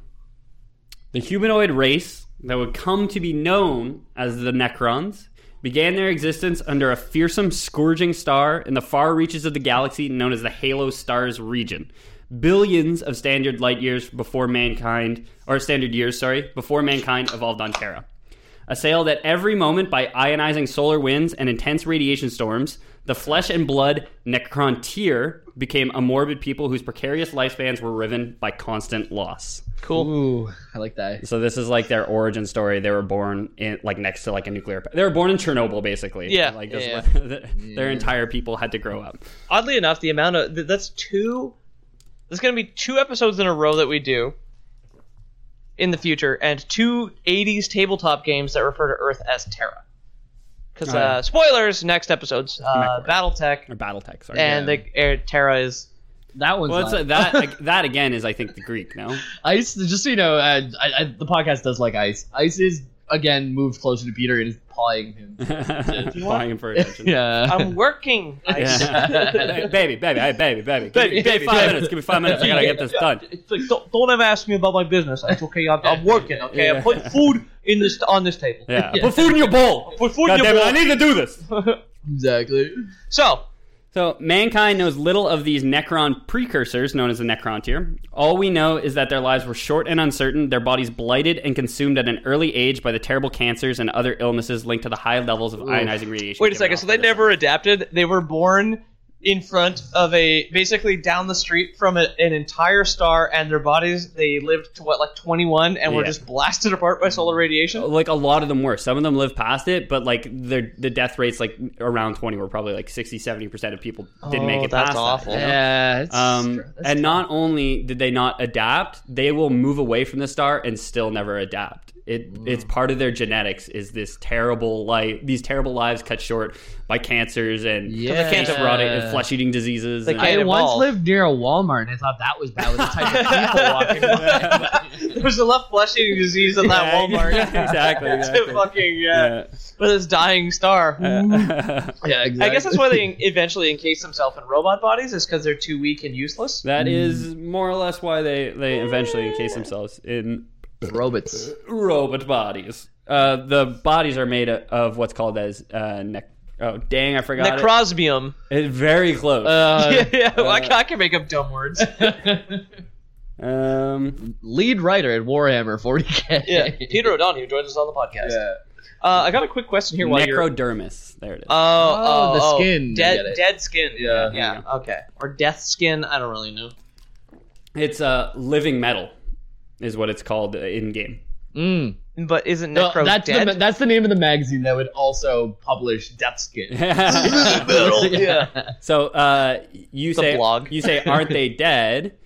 Speaker 4: The humanoid race that would come to be known as the Necrons began their existence under a fearsome scourging star in the far reaches of the galaxy known as the Halo Stars region, billions of standard light years before mankind, or standard years, sorry, before mankind evolved on Terra. A sail that every moment, by ionizing solar winds and intense radiation storms, the flesh and blood Necrontyr became a morbid people whose precarious lifespans were riven by constant loss.
Speaker 1: Cool.
Speaker 3: Ooh, I like that.
Speaker 4: So this is like their origin story. They were born in like next to like a nuclear. They were born in Chernobyl, basically.
Speaker 1: Yeah,
Speaker 4: like
Speaker 1: yeah,
Speaker 4: that's what- their entire people had to grow up.
Speaker 1: Oddly enough, the amount of th- that's two. There's gonna be two episodes in a row that we do in the future, and two '80s tabletop games that refer to Earth as Terra. Because
Speaker 4: Oh, yeah.
Speaker 1: uh, spoilers, next episodes, uh,
Speaker 4: MechWarrior.
Speaker 1: BattleTech,
Speaker 4: Or BattleTech, sorry.
Speaker 1: and the Air Terra is
Speaker 3: That one's
Speaker 4: well, it's,
Speaker 3: not-
Speaker 4: uh, that like, that again is I think the Greek. No,
Speaker 3: I used to just so you know, uh, I, I, the podcast does like Ice. Ice is again moved closer to Peter and is pawing him.
Speaker 4: buying him for attention.
Speaker 3: Yeah.
Speaker 1: I'm working. I-
Speaker 4: Yeah. baby, baby, hey, baby, baby, give me,
Speaker 1: Baby,
Speaker 4: give me
Speaker 1: baby,
Speaker 4: five
Speaker 1: yeah.
Speaker 4: minutes. Give me five minutes. I gotta get this done.
Speaker 1: It's like, don't, don't ever ask me about my business. It's okay. I'm, I'm working. Okay,
Speaker 4: Yeah.
Speaker 1: I put food in this on this table.
Speaker 4: Yeah, put food in your bowl.
Speaker 1: Put food in
Speaker 4: God
Speaker 1: your
Speaker 4: damn it,
Speaker 1: bowl.
Speaker 4: I need to do this.
Speaker 3: exactly.
Speaker 1: So
Speaker 4: So, mankind knows little of these Necron precursors, known as the Necron tier. All we know is that their lives were short and uncertain, their bodies blighted and consumed at an early age by the terrible cancers and other illnesses linked to the high levels of ionizing radiation.
Speaker 1: Wait a
Speaker 4: given
Speaker 1: second.
Speaker 4: off
Speaker 1: So
Speaker 4: by
Speaker 1: they
Speaker 4: the
Speaker 1: never adapted. They were born in front of a basically down the street from a, an entire star, and their bodies they lived to what like 21, and were
Speaker 4: Yeah.
Speaker 1: just blasted apart by solar radiation.
Speaker 4: like a lot of them were some of them lived past it but like their the death rates like around 20 were probably like 60 70% of people didn't make
Speaker 1: Oh,
Speaker 4: it
Speaker 1: that's
Speaker 4: past
Speaker 1: awful.
Speaker 4: that, you know?
Speaker 3: Yeah. it's-
Speaker 4: um,
Speaker 3: that's
Speaker 4: and
Speaker 3: tough.
Speaker 4: not only did they not adapt they will move away from the star and still never adapt it it's
Speaker 3: Mm.
Speaker 4: part of their genetics is this terrible life these terrible lives cut short by cancers and
Speaker 3: Yeah.
Speaker 4: rotting and flesh eating diseases
Speaker 1: They
Speaker 4: and-
Speaker 1: can't
Speaker 3: I once
Speaker 1: evolve.
Speaker 3: lived near a Walmart and I thought that was bad with the type of people walking by.
Speaker 1: There was a left flesh eating disease in that
Speaker 4: Yeah,
Speaker 1: Walmart.
Speaker 4: exactly,
Speaker 1: It's a
Speaker 4: exactly.
Speaker 1: fucking yeah, with this dying star.
Speaker 4: Uh, Yeah.
Speaker 3: Yeah, exactly.
Speaker 1: I guess that's why they eventually encase themselves in robot bodies, is because they're too weak and useless.
Speaker 3: Mm.
Speaker 4: that is more or less why they they eventually encase themselves in
Speaker 3: robots.
Speaker 4: robot bodies. Uh, the bodies are made of what's called as uh, nec- oh dang I forgot it.
Speaker 1: Necrosbium.
Speaker 4: It's very close.
Speaker 3: Uh,
Speaker 1: yeah, yeah. I, can, I can make up dumb words.
Speaker 4: um,
Speaker 3: lead writer at Warhammer 40k.
Speaker 1: yeah, Peter O'Donohue joins us on the podcast.
Speaker 3: Yeah.
Speaker 1: Uh, I got a quick question here. While you're
Speaker 4: necrodermis. There it is.
Speaker 1: Oh, oh,
Speaker 3: the
Speaker 1: oh.
Speaker 3: skin. Get
Speaker 1: Dead,
Speaker 3: it.
Speaker 1: dead skin.
Speaker 3: Yeah.
Speaker 1: yeah. Okay. Or death skin. I don't really know.
Speaker 4: it's uh, living metal, is what it's called in game.
Speaker 3: Mm.
Speaker 1: But isn't
Speaker 3: No,
Speaker 1: necro
Speaker 3: that's
Speaker 1: dead?
Speaker 3: the that's the name of the magazine that would also publish Death Skin.
Speaker 1: yeah.
Speaker 4: so uh, you
Speaker 1: The
Speaker 4: say
Speaker 1: blog.
Speaker 4: you say aren't they dead?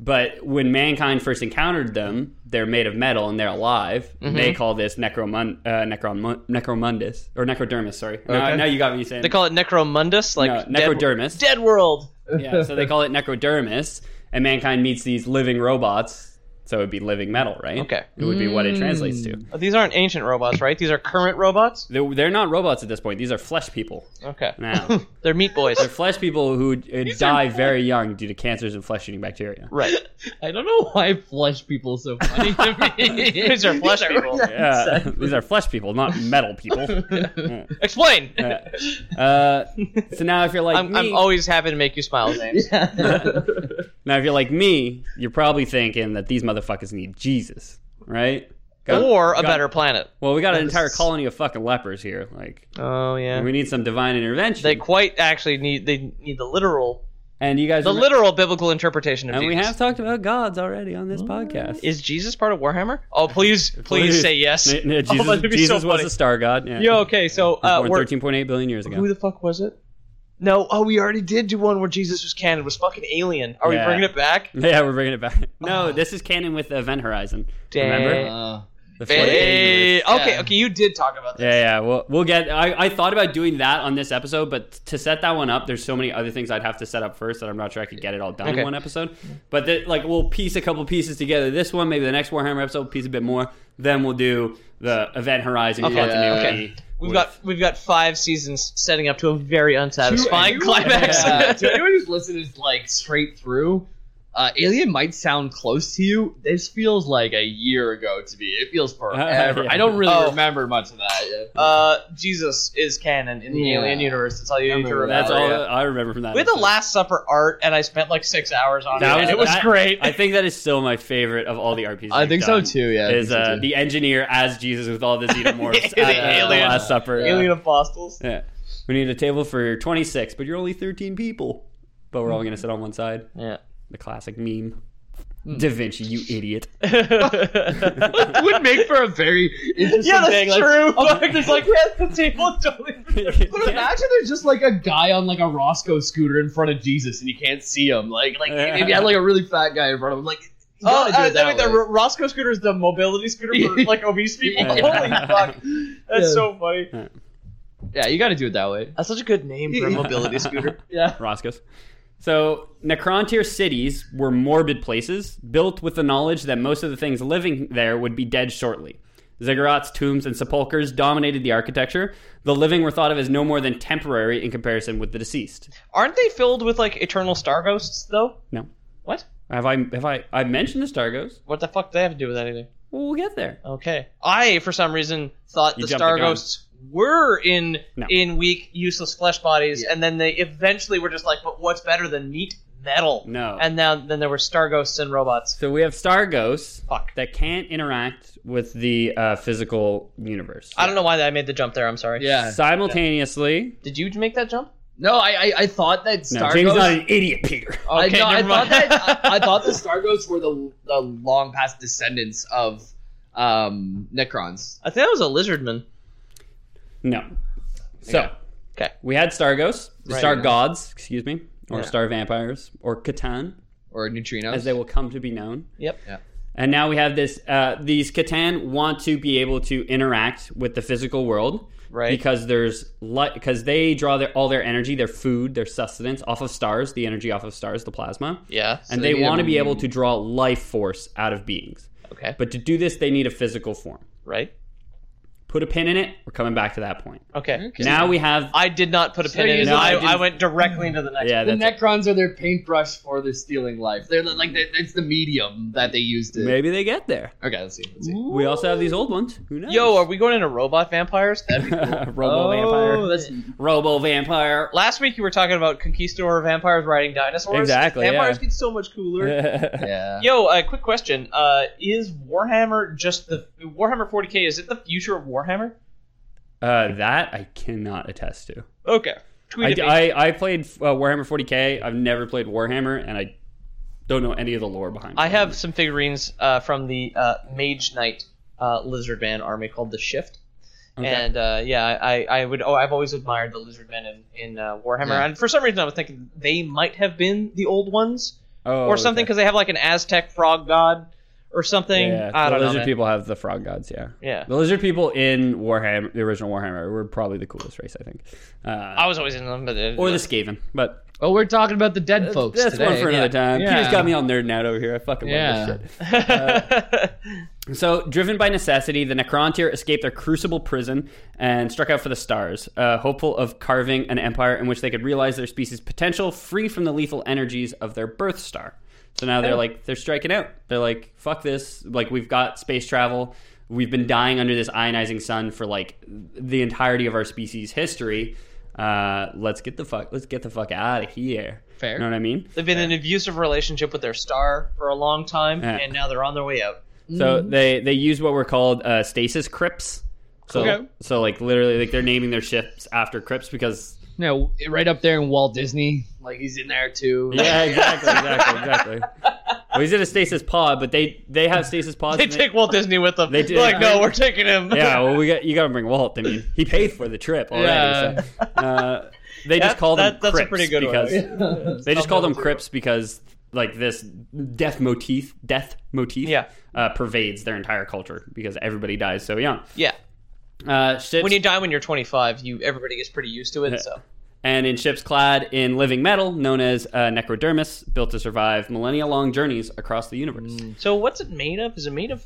Speaker 4: But when mankind first encountered them, they're made of metal and they're alive.
Speaker 1: Mm-hmm.
Speaker 4: They call this necromund- uh, necromun- necromundus or necrodermis. Sorry, now, now you got me saying
Speaker 1: They call it necromundus,
Speaker 4: no,
Speaker 1: like dead-
Speaker 4: necrodermis.
Speaker 1: Dead, world.
Speaker 4: yeah, so they call it necrodermis, and mankind meets these living robots. So it would be living metal, right?
Speaker 1: Okay.
Speaker 4: It would be what it translates to.
Speaker 1: Oh, These aren't ancient robots, right? These are current robots.
Speaker 4: They're, they're not robots at this point. These are flesh people
Speaker 1: Okay.
Speaker 4: now.
Speaker 1: They're meat boys.
Speaker 4: they're flesh people who uh, die very young due to cancers and flesh eating bacteria.
Speaker 1: right.
Speaker 3: I don't know why flesh people so funny to me.
Speaker 1: These are flesh people.
Speaker 4: Yeah, these are flesh people, not metal people.
Speaker 1: Explain.
Speaker 4: Uh, so now, if you're like
Speaker 1: I'm,
Speaker 4: me,
Speaker 1: I'm always happy to make you smile, James.
Speaker 4: now if you're like me, you're probably thinking that these motherfuckers need Jesus, right? Got-
Speaker 1: or a
Speaker 4: got-
Speaker 1: better planet.
Speaker 4: Well, we got an entire colony of fucking lepers here. Like,
Speaker 1: Oh yeah.
Speaker 4: we need some divine intervention.
Speaker 1: They quite actually need they need the literal
Speaker 4: and you guys,
Speaker 1: the
Speaker 4: remem-
Speaker 1: literal biblical interpretation of
Speaker 4: And we
Speaker 1: Jesus.
Speaker 4: have talked about gods already on this podcast.
Speaker 1: Is Jesus part of Warhammer? Oh, please, please, say yes.
Speaker 4: N- n-
Speaker 1: Oh,
Speaker 4: Jesus,
Speaker 1: that'd be so
Speaker 4: Jesus was
Speaker 1: funny.
Speaker 4: a star god. Yeah.
Speaker 1: Yo, okay, so uh,
Speaker 4: born
Speaker 1: we're,
Speaker 4: 13.8 billion years ago.
Speaker 1: who the fuck was it? No, oh, we already did do one where Jesus was canon. It was fucking alien. Are
Speaker 4: Yeah.
Speaker 1: we bringing it back?
Speaker 4: yeah, we're bringing it back. No, this is canon with Event Horizon. Remember?
Speaker 1: Dang.
Speaker 3: Uh,
Speaker 4: The flooded
Speaker 1: Hey,
Speaker 4: universe.
Speaker 1: okay,
Speaker 3: Yeah.
Speaker 1: okay, you did talk about that.
Speaker 4: Yeah, yeah. We'll, we'll get. I, I thought about doing that on this episode, but to set that one up, there's so many other things I'd have to set up first that I'm not sure I could get it all done in
Speaker 1: Okay.
Speaker 4: one episode. But th- like, we'll piece a couple pieces together. This one, maybe the next Warhammer episode, we'll piece a bit more. Then we'll do the Event Horizon
Speaker 1: Okay,
Speaker 4: continuity.
Speaker 1: okay. We've
Speaker 4: with-
Speaker 1: got we've got five seasons setting up to a very unsatisfying
Speaker 3: To
Speaker 1: climax.
Speaker 3: anyone- yeah, to anyone who's listened is like straight through. Uh, Alien might sound close to you. This feels like a year ago to me. It feels forever.
Speaker 4: Yeah.
Speaker 3: I don't really
Speaker 1: Oh.
Speaker 3: remember much of that. yeah.
Speaker 1: Uh, Jesus is canon in the
Speaker 3: Yeah.
Speaker 1: Alien universe. That's all you need to
Speaker 3: Remember
Speaker 1: remember.
Speaker 3: that.
Speaker 4: That's all
Speaker 1: yeah.
Speaker 4: I remember from that.
Speaker 1: We had the
Speaker 4: episode.
Speaker 1: Last Supper art, and I spent like six hours on it.
Speaker 4: That was-
Speaker 1: and it was
Speaker 4: that-
Speaker 1: great.
Speaker 4: I think that is still my favorite of all the RPGs.
Speaker 3: Uh, I
Speaker 4: I've
Speaker 3: think so
Speaker 4: done,
Speaker 3: too. Yeah, I
Speaker 4: Is
Speaker 3: think so
Speaker 4: uh,
Speaker 3: too.
Speaker 4: the engineer as Jesus with all the xenomorphs
Speaker 1: The
Speaker 4: at uh, the
Speaker 1: alien-
Speaker 4: Last Supper?
Speaker 3: yeah.
Speaker 1: Alien Apostles.
Speaker 4: Yeah. We need a table for 26, but you're only 13 people. But we're all going to sit on one side.
Speaker 1: Hmm. Yeah. Hmm.
Speaker 4: The classic meme. Da Vinci, you idiot.
Speaker 3: would make for a very interesting
Speaker 1: yeah, that's
Speaker 3: thing. Like,
Speaker 1: true. Like, it's like, yeah, the table is totally.
Speaker 3: but imagine there's just like a guy on like a Roscoe scooter in front of Jesus, and you can't see him. Like, like if you had like a really fat guy in front of him, like. you
Speaker 1: Oh,
Speaker 3: gotta do
Speaker 1: I,
Speaker 3: it that
Speaker 1: I mean, the
Speaker 3: way.
Speaker 1: Ro- Roscoe scooter is the mobility scooter for like obese people.
Speaker 3: Yeah.
Speaker 1: Holy fuck, that's
Speaker 3: Yeah.
Speaker 1: so funny.
Speaker 3: Yeah, you got to do it that way.
Speaker 1: That's such a good name for a mobility scooter.
Speaker 3: Yeah.
Speaker 4: Roscoe's. So, Necrontyr cities were morbid places built with the knowledge that most of the things living there would be dead shortly. Ziggurats, tombs, and sepulchres dominated the architecture. The living were thought of as no more than temporary in comparison with the deceased.
Speaker 1: Aren't they filled with like eternal star ghosts though?
Speaker 4: No.
Speaker 1: What?
Speaker 4: Have I have I I mentioned the Stargos?
Speaker 1: What the fuck do they have to do with anything?
Speaker 4: Well, we'll get there.
Speaker 1: Okay. I, for some reason, thought
Speaker 4: You
Speaker 1: the
Speaker 4: jumped the
Speaker 1: star
Speaker 4: gun.
Speaker 1: ghosts were in
Speaker 4: No.
Speaker 1: in weak, useless flesh bodies,
Speaker 3: Yeah.
Speaker 1: and then they eventually were just like, but what's better than meat? Metal.
Speaker 4: No.
Speaker 1: And now then there were star ghosts and robots.
Speaker 4: So we have Stargos
Speaker 1: Fuck.
Speaker 4: that can't interact with the uh, physical universe.
Speaker 1: I don't know why I made the jump there. I'm sorry.
Speaker 3: Yeah.
Speaker 4: Simultaneously,
Speaker 1: Did you make that jump?
Speaker 3: No, I I, I thought that
Speaker 4: no,
Speaker 3: Star
Speaker 4: James
Speaker 3: Ghost-
Speaker 4: not an idiot, Peter.
Speaker 3: I,
Speaker 1: Okay,
Speaker 3: no, I
Speaker 1: never
Speaker 3: thought
Speaker 1: mind.
Speaker 3: that I, I thought the Starghosts were the the long past descendants of um Necrons.
Speaker 1: I think that was a lizardman.
Speaker 4: No. So,
Speaker 1: Okay.
Speaker 4: we had Stargos, the
Speaker 1: Right.
Speaker 4: Star Gods, excuse me, or
Speaker 1: Yeah.
Speaker 4: Star Vampires, or Catan,
Speaker 3: Or neutrinos.
Speaker 4: as they will come to be known.
Speaker 1: Yep.
Speaker 4: And now we have this. Uh, these Catan want to be able to interact with the physical world,
Speaker 1: Right.
Speaker 4: Because there's light. Because they draw their, all their energy, their food, their sustenance off of stars. The energy off of stars, the plasma,
Speaker 1: Yeah.
Speaker 4: and
Speaker 3: So
Speaker 4: they,
Speaker 3: they need
Speaker 4: want
Speaker 3: a-
Speaker 4: to be able to draw life force out of beings.
Speaker 1: Okay.
Speaker 4: But to do this, they need a physical form.
Speaker 1: Right.
Speaker 4: Put a pin in it. We're coming back to that point.
Speaker 1: Okay.
Speaker 4: Now we have.
Speaker 1: I did not put a
Speaker 3: So
Speaker 1: pin in
Speaker 3: you
Speaker 1: it.
Speaker 4: know I
Speaker 1: I,
Speaker 4: didn't-
Speaker 1: I went directly into the next.
Speaker 4: yeah,
Speaker 3: the
Speaker 4: that's it.
Speaker 3: Necrons are their paintbrush for their stealing life. They're like they, it's the medium that they use to.
Speaker 4: maybe they get there.
Speaker 3: Okay, let's see. Let's see.
Speaker 4: We also have these old ones. Who knows?
Speaker 1: Yo, are we going into robot vampires?
Speaker 4: Robo
Speaker 3: Oh,
Speaker 4: vampire.
Speaker 3: that's
Speaker 4: Robo vampire.
Speaker 1: Last week you were talking about conquistador vampires riding dinosaurs.
Speaker 4: Exactly,
Speaker 1: Vampires
Speaker 4: yeah.
Speaker 1: get so much cooler.
Speaker 3: yeah.
Speaker 1: Yo, uh, quick question: uh, Is Warhammer just the Warhammer 40k? Is it the future of Warhammer?
Speaker 4: Uh, that I cannot attest to.
Speaker 1: Okay, tweet
Speaker 4: I,
Speaker 1: at me.
Speaker 4: I, I played uh, Warhammer 40k. I've never played Warhammer, and I don't know any of the lore behind.
Speaker 1: I
Speaker 4: Warhammer.
Speaker 1: have some figurines uh, from the uh, Mage Knight uh, Lizard Man army called the Shift.
Speaker 4: Okay.
Speaker 1: And uh, yeah, I, I would. Oh, I've always admired the lizard men in, in uh, Warhammer,
Speaker 3: Yeah.
Speaker 1: and for some reason I was thinking they might have been the old ones
Speaker 4: Oh,
Speaker 1: or something
Speaker 4: okay.
Speaker 1: because they have like an Aztec frog god or something.
Speaker 4: Yeah,
Speaker 1: I
Speaker 4: the
Speaker 1: don't know.
Speaker 4: lizard
Speaker 1: man.
Speaker 4: people have the frog gods. Yeah,
Speaker 1: Yeah,
Speaker 4: the lizard people in Warhammer, the original Warhammer, were probably the coolest race, I think. Uh,
Speaker 1: I was always in them, but uh,
Speaker 4: or the Skaven, but
Speaker 3: Oh, we're talking about the dead folks
Speaker 4: that's
Speaker 3: today.
Speaker 4: one for another time.
Speaker 3: Yeah.
Speaker 4: Peter's got me all nerding out over here. I fucking
Speaker 3: Yeah.
Speaker 4: love this shit. So, driven by necessity, the Necrontyr escaped their crucible prison and struck out for the stars, uh, hopeful of carving an empire in which they could realize their species' potential free from the lethal energies of their birth star. So now they're like, they're striking out. They're like, fuck this. Like, we've got space travel. We've been dying under this ionizing sun for like the entirety of our species' history. Uh, let's get the fuck, let's get the fuck out of here.
Speaker 3: Fair.
Speaker 4: You know what I mean?
Speaker 1: They've been in an abusive relationship with their star for a long time,
Speaker 4: Yeah.
Speaker 1: and now they're on their way out.
Speaker 4: So
Speaker 1: Mm-hmm.
Speaker 4: they they use what were called uh, stasis crypts. So
Speaker 3: Okay.
Speaker 4: so like literally like they're naming their ships after crypts because
Speaker 3: No, right up there in Walt Disney, like he's in there too.
Speaker 4: yeah exactly exactly exactly. Well, he's in a stasis pod, but they they have stasis pods.
Speaker 1: They
Speaker 4: and
Speaker 1: take Walt Disney with them.
Speaker 4: They
Speaker 1: They
Speaker 4: do.
Speaker 1: are like, no, we're taking him.
Speaker 4: yeah. Well, we got you got to bring Walt. I mean, he paid for the trip already.
Speaker 3: Yeah.
Speaker 4: So, uh, they just
Speaker 1: That-
Speaker 4: call them
Speaker 1: that- that's a
Speaker 4: crypts
Speaker 1: pretty good one.
Speaker 4: because
Speaker 3: Uh,
Speaker 4: they just call them
Speaker 1: Something
Speaker 4: crypts because like this death motif death motif
Speaker 1: Yeah.
Speaker 4: uh, pervades their entire culture because everybody dies so young.
Speaker 1: Yeah.
Speaker 4: Uh, ships,
Speaker 1: When you die when you're 25, you everybody gets pretty used to it. So
Speaker 4: and in ships clad in living metal known as uh, necrodermis, built to
Speaker 1: Mm.
Speaker 4: survive millennia long journeys across the universe.
Speaker 1: so what's it made of? Is it made of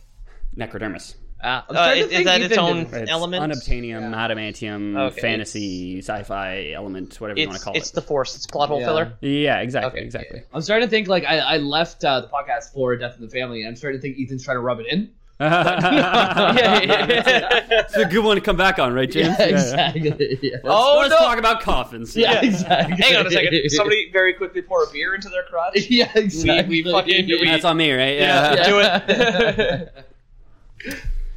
Speaker 4: Necrodermis.
Speaker 1: Ah, uh,
Speaker 3: I'm trying to
Speaker 1: is, is
Speaker 3: think
Speaker 1: that
Speaker 3: Ethan
Speaker 1: its own
Speaker 3: didn't-
Speaker 4: It's
Speaker 1: element?
Speaker 4: unobtainium, adamantium,
Speaker 1: Okay,
Speaker 4: fantasy, sci-fi element, whatever you want to
Speaker 1: It's
Speaker 4: call
Speaker 1: it's
Speaker 4: it.
Speaker 1: the force. It's plot hole
Speaker 3: Yeah.
Speaker 1: filler.
Speaker 4: yeah, exactly,
Speaker 1: Okay.
Speaker 4: exactly.
Speaker 3: I'm starting to think like I, I left uh, the podcast for Death in the Family, and I'm starting to think Ethan's trying to rub it in.
Speaker 1: Yeah, yeah, yeah.
Speaker 4: It's a good one to come back on, right, James?
Speaker 3: Yeah, exactly. Yeah.
Speaker 1: Oh,
Speaker 4: let's
Speaker 1: no.
Speaker 4: talk about coffins.
Speaker 3: yeah, exactly.
Speaker 1: Hang on a second. Somebody very quickly pour a beer into their crotch.
Speaker 3: yeah, exactly.
Speaker 1: we fucking- we-
Speaker 4: that's on me, right?
Speaker 3: Yeah.
Speaker 1: Do it.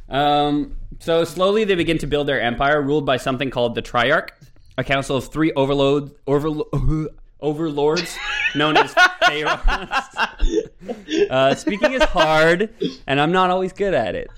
Speaker 4: Um, so slowly they begin to build their empire, ruled by something called the Triarch, a council of three overload overlo- overlords known as Pharaohs. uh, speaking is hard, and I'm not always good at it.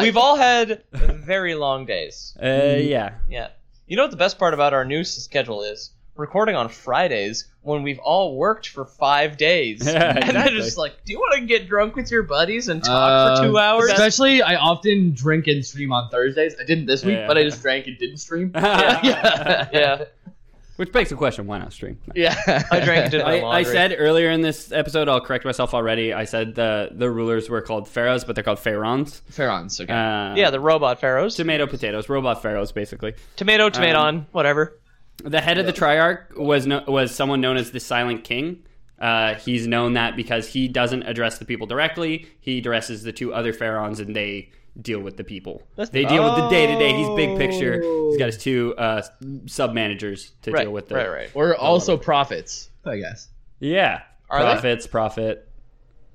Speaker 1: We've all had very long days.
Speaker 4: Uh, yeah.
Speaker 1: Yeah. You know what the best part about our new s- schedule is? Recording on Fridays when we've all worked for five days.
Speaker 4: Yeah,
Speaker 1: And I'm
Speaker 4: exactly.
Speaker 1: just like, do you want to get drunk with your buddies and talk for
Speaker 3: Um,
Speaker 1: two hours?
Speaker 3: Especially, I often drink and stream on Thursdays. I didn't this week,
Speaker 4: Yeah.
Speaker 3: but I just drank and didn't stream.
Speaker 1: Yeah. yeah.
Speaker 4: Which begs the question: Why not stream?
Speaker 3: Yeah,
Speaker 1: I drank and did my
Speaker 4: I, I
Speaker 1: laundry.
Speaker 4: said earlier in this episode, I'll correct myself already. I said the the rulers were called pharaohs, but they're called pharaons.
Speaker 3: Ferrons. Okay.
Speaker 4: Uh,
Speaker 1: Yeah, the robot pharaohs.
Speaker 4: tomato potatoes, robot pharaohs, basically.
Speaker 1: Tomato,
Speaker 3: Um,
Speaker 1: tomato, on, whatever.
Speaker 4: The head of the Triarch was no, was someone known as the Silent King. Uh, he's known that because he doesn't address the people directly. He addresses the two other pharaohs, and they deal with the people. they deal with the day to day. He's big picture. He's got his two uh, sub managers to
Speaker 1: Right,
Speaker 4: deal with. The,
Speaker 1: right, right.
Speaker 3: We're also prophets, I guess.
Speaker 4: Yeah,
Speaker 1: Are they?
Speaker 4: profits, profit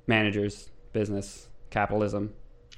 Speaker 4: managers, business, capitalism.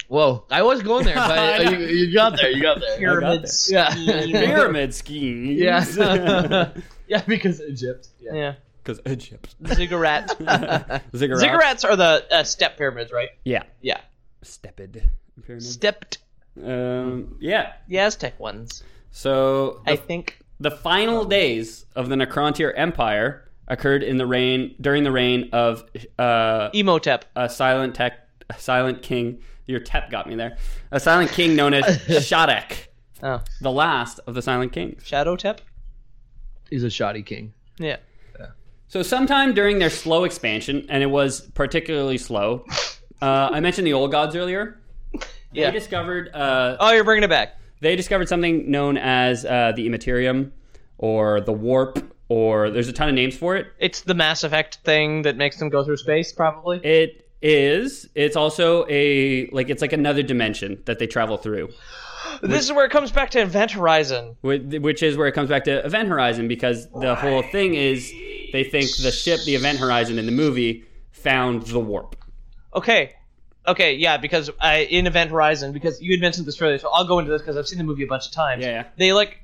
Speaker 3: Whoa, I was going there, but
Speaker 4: I
Speaker 3: Oh, you, you got there. You got there.
Speaker 4: got
Speaker 1: Pyramid
Speaker 4: there.
Speaker 1: scheme.
Speaker 4: Pyramid schemes.
Speaker 3: Yeah. yeah, because Egypt. Yeah.
Speaker 1: yeah.
Speaker 4: because Egypt.
Speaker 1: Ziggurat.
Speaker 4: Ziggurat.
Speaker 1: Ziggurats are the uh, step pyramids, right?
Speaker 4: Yeah.
Speaker 1: Yeah.
Speaker 4: Stepid. Pyramid.
Speaker 1: Stepped.
Speaker 4: um. Yeah.
Speaker 1: The Aztec ones,
Speaker 4: So the
Speaker 1: I think.
Speaker 4: The final days of the Necrontyr Empire occurred in the reign during the reign of uh,
Speaker 1: Emotep.
Speaker 4: a silent tech, a silent king. Your tep got me there. A silent king known as Shadek,
Speaker 1: Oh.
Speaker 4: the last of the silent kings.
Speaker 1: Shadow Tep?
Speaker 3: He's a shoddy king.
Speaker 1: Yeah.
Speaker 4: So sometime during their slow expansion, and it was particularly slow. Uh, I mentioned the old gods earlier. They
Speaker 1: Yeah.
Speaker 4: discovered uh,
Speaker 1: Oh, you're bringing it back.
Speaker 4: they discovered something known as uh, the immaterium, or the warp, or there's a ton of names for it.
Speaker 1: It's the Mass Effect thing that makes them go through space, probably.
Speaker 4: It is. It's also a like it's like another dimension that they travel through,
Speaker 1: this is where it comes back to Event Horizon.
Speaker 4: whi- which is where it comes back to Event Horizon because the whole thing is they think the ship, the Event Horizon in the movie, found the warp.
Speaker 1: Okay. Okay, yeah, because I, in Event Horizon, because you had mentioned this earlier, so I'll go into this because I've seen the movie a bunch of times.
Speaker 4: Yeah, yeah.
Speaker 1: They like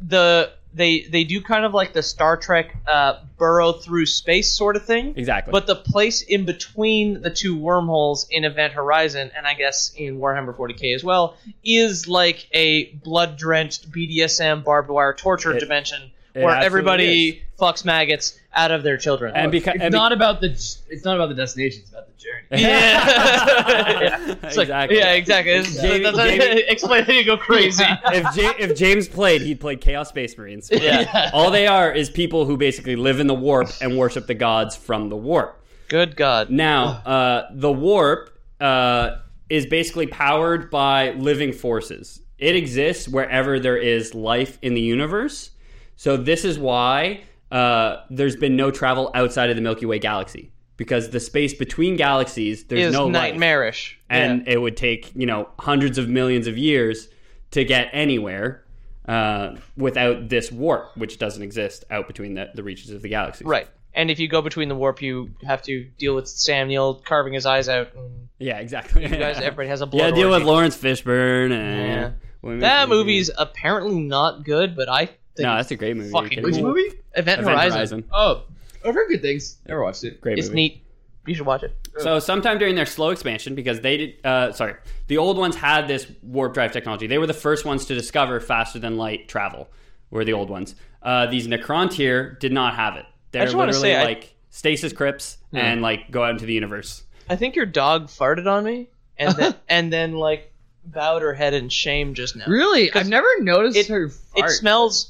Speaker 1: the they they do kind of like the Star Trek uh, burrow through space sort of thing.
Speaker 4: Exactly.
Speaker 1: But the place in between the two wormholes in Event Horizon, and I guess in Warhammer 40k as well, is like a blood drenched BDSM barbed wire torture
Speaker 4: It-
Speaker 1: dimension
Speaker 4: it
Speaker 1: where
Speaker 4: absolutely
Speaker 1: everybody fucks maggots out of their children.
Speaker 4: and because
Speaker 3: It's not about the. It's not about the destination. It's about the journey.
Speaker 1: yeah. It's like-
Speaker 4: exactly.
Speaker 1: yeah, exactly. It's-
Speaker 4: Jamie-
Speaker 1: that's-
Speaker 4: Jamie-
Speaker 1: explain how you go crazy.
Speaker 4: if, ja- if James played, he'd play Chaos Space Marines.
Speaker 1: Yeah.
Speaker 4: All they are is people who basically live in the warp and worship the gods from the warp.
Speaker 1: Good God.
Speaker 4: Now, uh, the warp uh, is basically powered by living forces. It exists wherever there is life in the universe. So this is why uh, there's been no travel outside of the Milky Way galaxy because the space between galaxies there's
Speaker 1: Is
Speaker 4: no life,
Speaker 1: nightmarish.
Speaker 4: and it would take you know hundreds of millions of years to get anywhere uh, without this warp, which doesn't exist out between the, the reaches of the galaxy.
Speaker 1: Right. And if you go between the warp, you have to deal with Sam Neill carving his eyes out. And
Speaker 4: Yeah, exactly.
Speaker 1: you guys, everybody has a blood
Speaker 4: Yeah, deal with
Speaker 1: orgy.
Speaker 4: Lawrence Fishburne and
Speaker 1: Yeah.
Speaker 4: Women-
Speaker 1: That movie's apparently not good, but I think
Speaker 4: no, that's a great movie.
Speaker 1: fucking
Speaker 4: Are you
Speaker 3: Which
Speaker 4: kidding me?
Speaker 3: movie?
Speaker 1: Event,
Speaker 4: Event
Speaker 1: Horizon.
Speaker 4: Horizon.
Speaker 3: Oh, I've heard good things. Never watched it.
Speaker 4: Great
Speaker 1: It's
Speaker 4: movie.
Speaker 1: neat. You should watch it.
Speaker 4: So sometime during their slow expansion, because they did, uh, sorry, the old ones had this warp drive technology. They were the first ones to discover faster than light travel. Were the old ones. Uh, these Necrontyr did not have it. They're
Speaker 1: just wanna
Speaker 4: literally
Speaker 1: say, I-
Speaker 4: like stasis crypts and like go out into the universe.
Speaker 1: I think your dog farted on me, and then, and then like bowed her head in shame just now.
Speaker 3: Really? I've never noticed
Speaker 1: it-
Speaker 3: her
Speaker 1: It
Speaker 3: fart. Oh.
Speaker 1: smells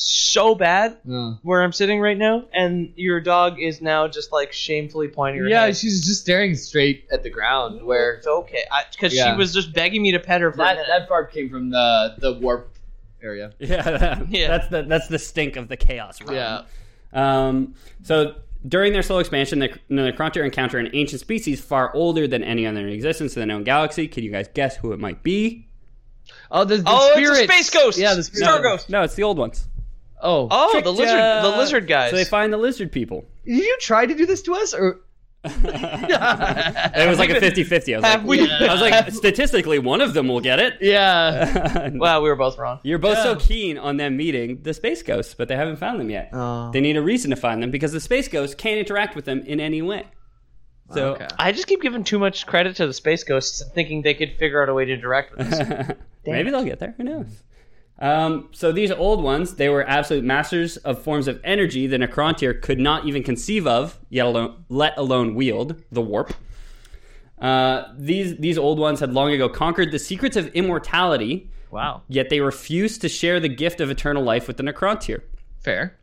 Speaker 1: so bad
Speaker 3: Yeah.
Speaker 1: where I'm sitting right now, and your dog is now just like shamefully pointing her
Speaker 3: Yeah,
Speaker 1: head.
Speaker 3: she's just staring straight at the ground. Where
Speaker 1: It's okay, because
Speaker 3: Yeah.
Speaker 1: she was just begging me to pet her for a
Speaker 3: that
Speaker 1: minute.
Speaker 3: that barb came from the the warp area.
Speaker 4: Yeah, that-
Speaker 1: Yeah.
Speaker 4: that's the that's the stink of the chaos. Realm.
Speaker 3: Yeah.
Speaker 4: Um, so during their slow expansion, the, the Necrontyr encounter an ancient species far older than any other in existence in the known galaxy. Can you guys guess who it might be?
Speaker 3: Oh, the, the
Speaker 1: oh,
Speaker 3: spirits.
Speaker 1: it's a space ghost.
Speaker 3: Yeah, the
Speaker 1: star
Speaker 3: spirit.
Speaker 1: ghost.
Speaker 4: No, it's the old ones.
Speaker 3: Oh,
Speaker 1: Oh, the
Speaker 4: Tricked
Speaker 1: lizard,
Speaker 4: ya.
Speaker 1: the lizard guys.
Speaker 4: So they find the lizard people.
Speaker 3: did you try to do this to us or?
Speaker 4: it was like a 50-50. I was
Speaker 1: have
Speaker 4: like,
Speaker 1: we?
Speaker 4: I was like, statistically, one of them will get it.
Speaker 3: Yeah.
Speaker 1: well, we were both wrong.
Speaker 4: You're both so keen on them meeting the space ghosts, but they haven't found them yet. They need a reason to find them because the space ghosts can't interact with them in any way. So
Speaker 3: Okay.
Speaker 1: I just keep giving too much credit to the space ghosts and thinking they could figure out a way to interact with us.
Speaker 4: Maybe they'll get there. Who knows? Um, so these old ones, they were absolute masters of forms of energy the Necrontyr could not even conceive of, yet alone, let alone wield the warp. Uh, these these old ones had long ago conquered the secrets of immortality,
Speaker 3: Wow.
Speaker 4: yet they refused to share the gift of eternal life with the Necrontyr,
Speaker 3: Fair.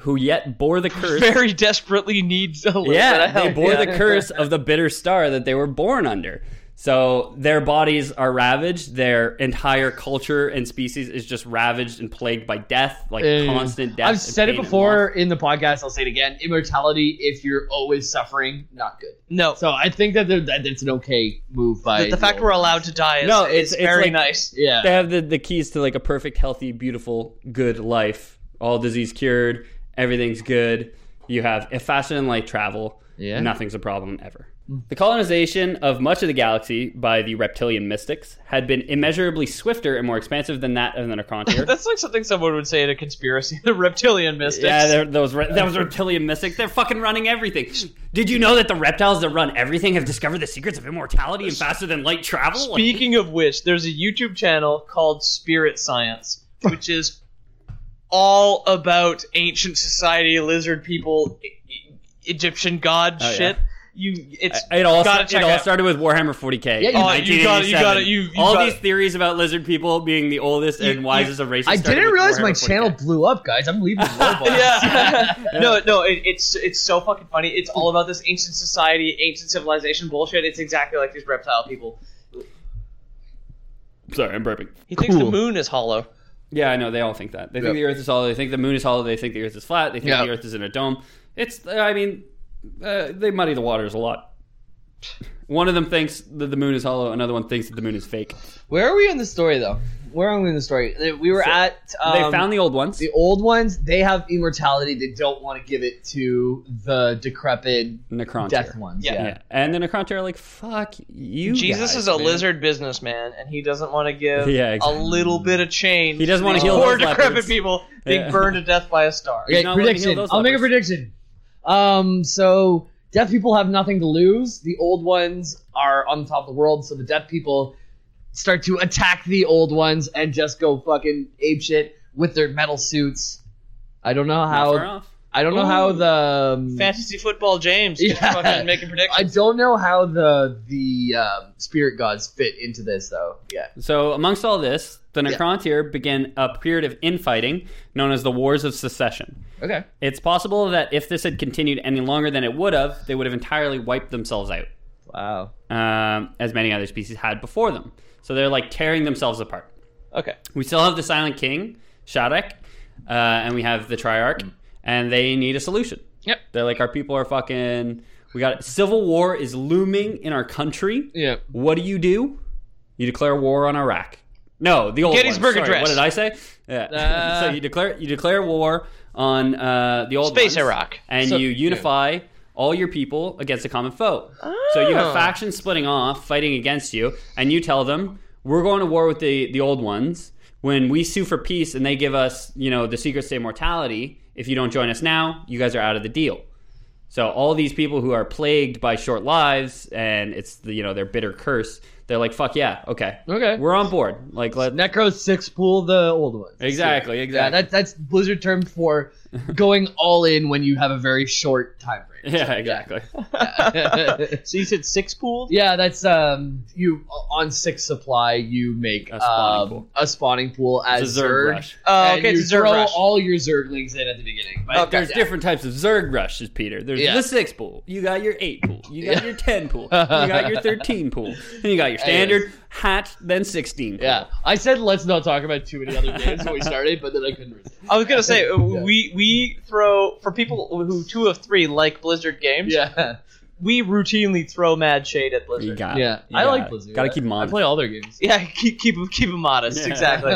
Speaker 4: who yet bore the curse.
Speaker 1: Very desperately needs a little bit
Speaker 4: yeah,
Speaker 1: of help.
Speaker 4: they bore
Speaker 1: Yeah.
Speaker 4: the curse of the bitter star that they were born under. So their bodies are ravaged. Their entire culture and species is just ravaged and plagued by death, like constant death.
Speaker 3: I've
Speaker 4: and
Speaker 3: said it
Speaker 4: pain and
Speaker 3: before
Speaker 4: loss.
Speaker 3: in the podcast. I'll say it again. Immortality. If you're always suffering, not good.
Speaker 1: No,
Speaker 3: So I think that, they're- that it's an okay move by
Speaker 1: the, the fact we're allowed to die is,
Speaker 4: No, it's-
Speaker 1: is
Speaker 4: it's
Speaker 1: very
Speaker 4: like-
Speaker 1: nice.
Speaker 3: Yeah.
Speaker 4: They have the, the keys to like a perfect, healthy, beautiful, good life. All disease cured. Everything's good. You have a faster than light travel.
Speaker 3: Yeah.
Speaker 4: Nothing's a problem ever. The colonization of much of the galaxy by the reptilian mystics had been immeasurably swifter and more expansive than that of the Necrontyr.
Speaker 1: That's like something someone would say in a conspiracy. The reptilian mystics.
Speaker 4: Yeah, they're, those re- that was reptilian mystics. They're fucking running everything. Did you know that the reptiles that run everything have discovered the secrets of immortality and faster than light travel? Like,
Speaker 1: Speaking of which, there's a YouTube channel called Spirit Science, which is all about ancient society, lizard people, E- E- Egyptian god
Speaker 4: Oh, yeah.
Speaker 1: shit. You, it's
Speaker 4: it all,
Speaker 1: Gotta
Speaker 4: sta-
Speaker 1: check
Speaker 4: it all
Speaker 1: out.
Speaker 4: started with Warhammer 40k.
Speaker 3: Yeah, you-
Speaker 4: in
Speaker 3: Oh,
Speaker 1: you got it, you got it,
Speaker 4: 1987.
Speaker 1: you- you
Speaker 4: all
Speaker 1: got
Speaker 4: these
Speaker 1: it.
Speaker 4: theories about lizard people being the oldest
Speaker 1: You-
Speaker 4: and wisest of races.
Speaker 3: I
Speaker 4: started
Speaker 3: didn't
Speaker 4: with
Speaker 3: realize my
Speaker 4: Warhammer 40K.
Speaker 3: channel blew up, guys. I'm leaving. yeah.
Speaker 1: yeah. no, no, it, it's it's so fucking funny. It's all about this ancient society, ancient civilization bullshit. It's exactly like these reptile people.
Speaker 4: Sorry, I'm burping.
Speaker 1: He thinks the
Speaker 3: Cool.
Speaker 1: moon is hollow.
Speaker 4: Yeah, I know. They all think that. They think
Speaker 3: Yeah.
Speaker 4: the Earth is hollow. They think the Moon is hollow. They think the Earth is flat. They think
Speaker 3: Yeah.
Speaker 4: the Earth is in a dome. It's. I mean, uh, they muddy the waters a lot. One of them thinks that the Moon is hollow. Another one thinks that the Moon is fake.
Speaker 3: Where are we in the story though? Where are we in the story? Uh, We were
Speaker 4: So,
Speaker 3: at. Um,
Speaker 4: they found the old ones.
Speaker 3: the old ones. They have immortality. They don't want to give it to the decrepit
Speaker 4: Necron.
Speaker 3: death ones.
Speaker 1: Yeah.
Speaker 4: Yeah. And the Necrontyr are like, fuck you.
Speaker 1: Jesus
Speaker 4: guys,
Speaker 1: is a
Speaker 4: man."
Speaker 1: lizard businessman, and he doesn't want to give
Speaker 4: Yeah, exactly.
Speaker 1: a little bit of change.
Speaker 4: He doesn't wanna
Speaker 1: these
Speaker 4: heal
Speaker 1: poor
Speaker 4: those
Speaker 1: decrepit
Speaker 4: leopards.
Speaker 1: people being
Speaker 4: Yeah.
Speaker 1: burned to death by a star.
Speaker 4: He's
Speaker 3: Okay,
Speaker 4: not letting me heal
Speaker 3: prediction.
Speaker 4: those
Speaker 3: I'll make a
Speaker 4: lepers.
Speaker 3: prediction. Um, so deaf people have nothing to lose. The old ones are on top of the world, so the deaf people start to attack the old ones and just go fucking ape shit with their metal suits. I don't know
Speaker 4: Not far
Speaker 3: how.
Speaker 4: off.
Speaker 3: I don't know how
Speaker 1: Ooh.
Speaker 3: the. um,
Speaker 1: Fantasy football, James. Just
Speaker 3: Yeah.
Speaker 1: fucking making predictions.
Speaker 3: I don't know how the the um, spirit gods fit into this though. Yeah.
Speaker 4: So, amongst all this, the
Speaker 3: Yeah.
Speaker 4: Necrontyr began a period of infighting known as the Wars of Secession.
Speaker 3: Okay.
Speaker 4: It's possible that if this had continued any longer than it would have, they would have entirely wiped themselves out,
Speaker 3: Wow.
Speaker 4: um, as many other species had before them. So, they're like tearing themselves apart.
Speaker 1: Okay.
Speaker 4: We still have the Silent King, Shadek, uh, and we have the Triarch, and they need a solution.
Speaker 3: Yep.
Speaker 4: They're like, our people are fucking. We got civil war is looming in our country.
Speaker 3: Yeah.
Speaker 4: What do you do? You declare war on Iraq. No, the old ones.
Speaker 1: Gettysburg
Speaker 4: Sorry,
Speaker 1: Address.
Speaker 4: What did I say? Yeah.
Speaker 3: Uh.
Speaker 4: so you declare you declare war on uh, the old
Speaker 1: Space
Speaker 4: ones,
Speaker 1: Iraq.
Speaker 4: and
Speaker 3: So-
Speaker 4: you unify all your people against a common foe. So you have factions splitting off, fighting against you, and you tell them we're going to war with the the old ones. When we sue for peace and they give us, you know, the secrets to immortality, if you don't join us now, you guys are out of the deal. So all these people who are plagued by short lives and it's the, you know their bitter curse, they're like, "Fuck yeah, okay,
Speaker 3: Okay.
Speaker 4: we're on board." Like, let
Speaker 3: Necro six pool the old ones.
Speaker 4: exactly, exactly.
Speaker 3: Yeah, that, that's Blizzard term for going all in when you have a very short time frame.
Speaker 4: Yeah, exactly.
Speaker 1: So you said six pooled?
Speaker 3: yeah, that's um you on six supply you make
Speaker 4: A spawning
Speaker 3: um,
Speaker 4: pool.
Speaker 3: a spawning pool as
Speaker 4: It's a Zerg rush.
Speaker 1: Oh,
Speaker 3: and
Speaker 1: okay,
Speaker 3: you
Speaker 1: it's a Zerg
Speaker 3: throw
Speaker 1: rush.
Speaker 3: all your zerglings in at the beginning. But
Speaker 4: But there's different types of Zerg rushes, Peter. There's
Speaker 3: Yeah.
Speaker 4: the six pool. You got your eight pool. You got your ten pool. You got your thirteen pool. And you got your standard hat, then sixteen. Pool.
Speaker 3: Yeah, I said let's not talk about too many other games when we started, but then I couldn't resist.
Speaker 1: I was gonna say uh, we we throw for people who two of three like Blizzard games.
Speaker 3: Yeah,
Speaker 1: we routinely throw mad shade at
Speaker 4: You
Speaker 1: Blizzard.
Speaker 4: got. it.
Speaker 3: yeah,
Speaker 4: You
Speaker 3: I
Speaker 4: got
Speaker 3: like
Speaker 4: it.
Speaker 3: Blizzard.
Speaker 4: Gotta keep 'em
Speaker 3: I
Speaker 4: honest.
Speaker 3: play all their games.
Speaker 1: Yeah, keep keep 'em- keep 'em modest.
Speaker 4: Yeah.
Speaker 1: Exactly.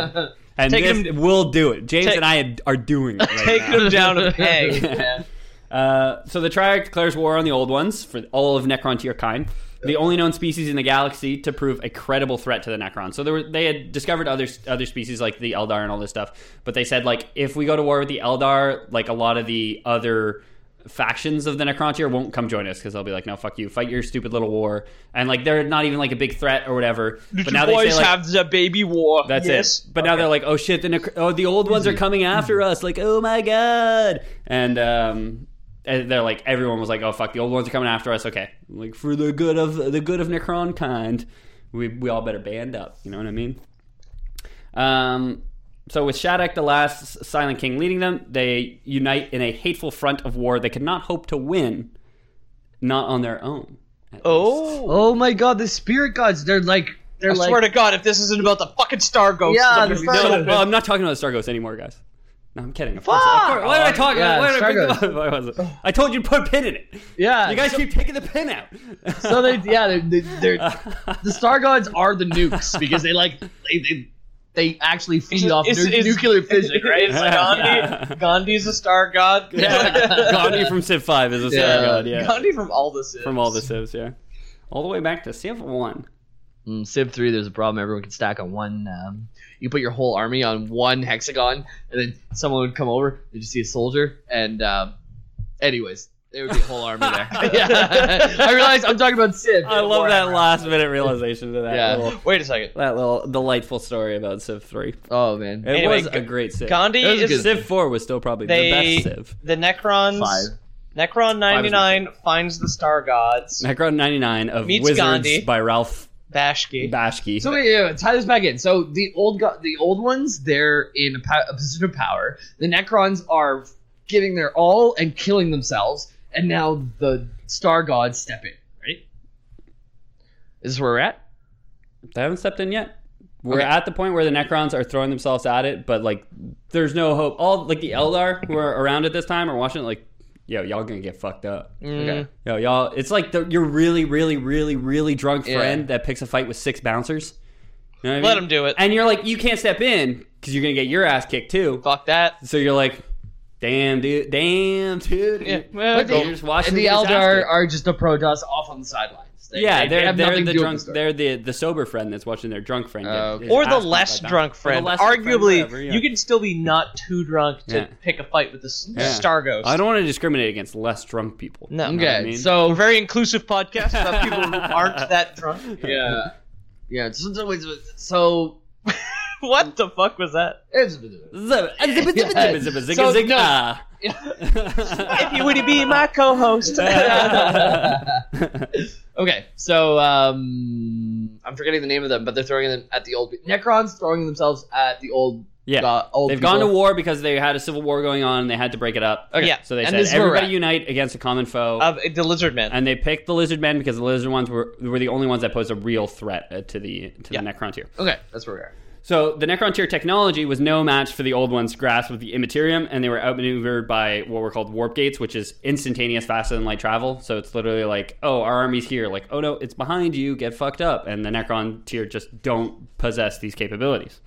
Speaker 4: And
Speaker 1: Take
Speaker 4: this
Speaker 1: them-
Speaker 4: will do it. James
Speaker 1: take-
Speaker 4: and I are doing it. Right
Speaker 1: Taking
Speaker 4: now.
Speaker 1: them down a peg.
Speaker 4: Uh, so the Triarch declares war on the Old Ones for all of Necron to your kind, the only known species in the galaxy to prove a credible threat to the Necron. So there were, they had discovered other other species like the Eldar and all this stuff, but they said like if we go to war with the Eldar, like a lot of the other factions of the Necron tier won't come join us because they'll be like, no, fuck you, fight your stupid little war, and like they're not even like a big threat or whatever. But now they say like,
Speaker 1: the baby war.
Speaker 4: that's it. But now they're like, oh shit, the nec- oh the old ones are coming after us. Like, oh my god. And um, and they're like, everyone was like, oh fuck, the old ones are coming after us. Okay, like for the good of the good of Necron kind, we we all better band up. You know what I mean? Um, so with Shattuck, the last Silent King, leading them, they unite in a hateful front of war they could not hope to win, not on their own.
Speaker 1: Oh.
Speaker 3: Oh my god, the spirit gods—they're like they're
Speaker 1: I
Speaker 3: like
Speaker 1: swear to God, if this isn't about the fucking Star Ghost,
Speaker 3: Yeah,
Speaker 1: I'm gonna
Speaker 3: the
Speaker 1: be
Speaker 3: Star
Speaker 1: so
Speaker 4: No,
Speaker 3: Ghost.
Speaker 1: pissed.
Speaker 4: well, I'm not talking about Star Ghost anymore, guys. No, I'm kidding. Of course, of course. Why did I talk
Speaker 3: Oh, Yeah,
Speaker 4: about why did I, bring
Speaker 3: Star
Speaker 4: them up? Why was it? I told you to put a pin in it.
Speaker 3: yeah.
Speaker 4: You guys
Speaker 3: so,
Speaker 4: keep taking the pin out.
Speaker 3: so they yeah they they they're, the star gods are the nukes because they like they they, they actually feed off
Speaker 1: It's-
Speaker 3: nu-
Speaker 1: it's-
Speaker 3: nuclear physics, right?
Speaker 1: It's Gandhi. Gandhi's a star god.
Speaker 4: Yeah. Gandhi from Civ 5 is a Star
Speaker 3: Yeah.
Speaker 4: God, yeah.
Speaker 1: Gandhi from all this.
Speaker 4: From all the Civs, yeah. All the way back to Civ 1.
Speaker 3: Mm, Civ three, there's a problem. Everyone can stack on one. Um, you put your whole army on one hexagon, and then someone would come over. They just see a soldier, and um, anyways, there would be a whole army there. yeah, I realize I'm talking about Civ.
Speaker 4: I love that last minute realization to that,
Speaker 3: Yeah.
Speaker 4: little,
Speaker 1: Wait a second.
Speaker 4: that little delightful story about Civ 3. It
Speaker 3: Oh man,
Speaker 1: Anyway,
Speaker 4: was a great Civ.
Speaker 1: Gandhi
Speaker 3: That was a
Speaker 1: is
Speaker 3: good-
Speaker 4: Civ 4 was still probably
Speaker 1: They-
Speaker 4: the best Civ.
Speaker 1: the Necrons.
Speaker 3: Five.
Speaker 1: Necron ninety nine finds the star gods.
Speaker 4: Necron 99 of
Speaker 1: Meets
Speaker 4: Wizards
Speaker 1: Gandhi.
Speaker 4: by Ralph
Speaker 1: Bashki.
Speaker 4: Bashki.
Speaker 3: So wait, yeah, tie this back in. So the old go- the old ones, they're in a, po- a position of power. The Necrons are giving their all and killing themselves, and now the Star Gods step in. Right? Is this where we're at?
Speaker 4: They haven't stepped in yet. We're
Speaker 3: Okay.
Speaker 4: at the point where the Necrons are throwing themselves at it, but like, there's no hope. All like the Eldar who are around at this time are watching it like, yo, y'all gonna get fucked up.
Speaker 1: Mm.
Speaker 4: Yo, y'all, it's like the, your really, really, really, really drunk friend that picks a fight with six bouncers. You know what I
Speaker 1: Let
Speaker 4: mean?
Speaker 1: him do it.
Speaker 4: And you're like, you can't step in because you're gonna get your ass kicked too.
Speaker 1: Fuck that.
Speaker 4: So you're like, damn, dude, damn, dude.
Speaker 1: Yeah, well,
Speaker 4: You're
Speaker 1: But they-
Speaker 4: just watching
Speaker 3: and the
Speaker 4: him get his ass
Speaker 3: Eldar
Speaker 4: kicked.
Speaker 3: are just a Protoss off on the sidelines. They-
Speaker 4: yeah,
Speaker 3: they- they
Speaker 4: they're
Speaker 3: have
Speaker 4: they're
Speaker 3: nothing
Speaker 4: the
Speaker 3: to do with
Speaker 4: drunk,
Speaker 3: the story.
Speaker 4: they're the the sober friend that's watching their drunk friend, get
Speaker 3: Oh,
Speaker 4: his
Speaker 1: Or
Speaker 4: ass
Speaker 1: the
Speaker 4: kicked
Speaker 1: less
Speaker 4: by Bouncer.
Speaker 1: drunk
Speaker 4: Or the
Speaker 1: friend.
Speaker 4: less drunk friend,
Speaker 1: Arguably,
Speaker 4: whatever, yeah.
Speaker 1: you can still be not too drunk to
Speaker 4: Yeah.
Speaker 1: pick a fight with the s
Speaker 4: Yeah.
Speaker 1: star ghost.
Speaker 4: I don't want to discriminate against less drunk people.
Speaker 1: No.
Speaker 4: You know what
Speaker 3: Okay,
Speaker 4: I mean?
Speaker 3: so
Speaker 1: A very inclusive podcast about people who aren't that drunk.
Speaker 3: yeah, yeah. So, so, wait, so- so
Speaker 1: what the fuck was that?
Speaker 3: it's,
Speaker 4: Zip- zip- zip-
Speaker 3: Yeah.
Speaker 4: zip- zip- zip-
Speaker 3: So,
Speaker 4: zip-
Speaker 3: no.
Speaker 4: ah.
Speaker 1: If you would be my co-host.
Speaker 3: Okay, so um, I'm forgetting the name of them, but they're throwing them at the old Necrons, throwing themselves at the old.
Speaker 4: Yeah.
Speaker 3: go- old
Speaker 4: They've
Speaker 3: people.
Speaker 4: gone to war because they had a civil war going on and they had to break it up.
Speaker 1: Okay. Yeah.
Speaker 4: So they
Speaker 3: And
Speaker 4: said
Speaker 3: this is where we're
Speaker 4: everybody
Speaker 3: at." Uh,
Speaker 4: unite against a common foe.
Speaker 1: Of the lizard man.
Speaker 4: and they picked the lizard men because the lizard ones were were the only ones that posed a real threat uh, to the to the Necron tier.
Speaker 3: Okay, that's where we are.
Speaker 4: So the Necron tier technology was no match for the old ones' grasp of the Immaterium, and they were outmaneuvered by what were called warp gates, which is instantaneous, faster than light travel. So it's literally like, oh, our army's here. Like, oh no, it's behind you. Get fucked up. And the Necron tier just don't possess these capabilities.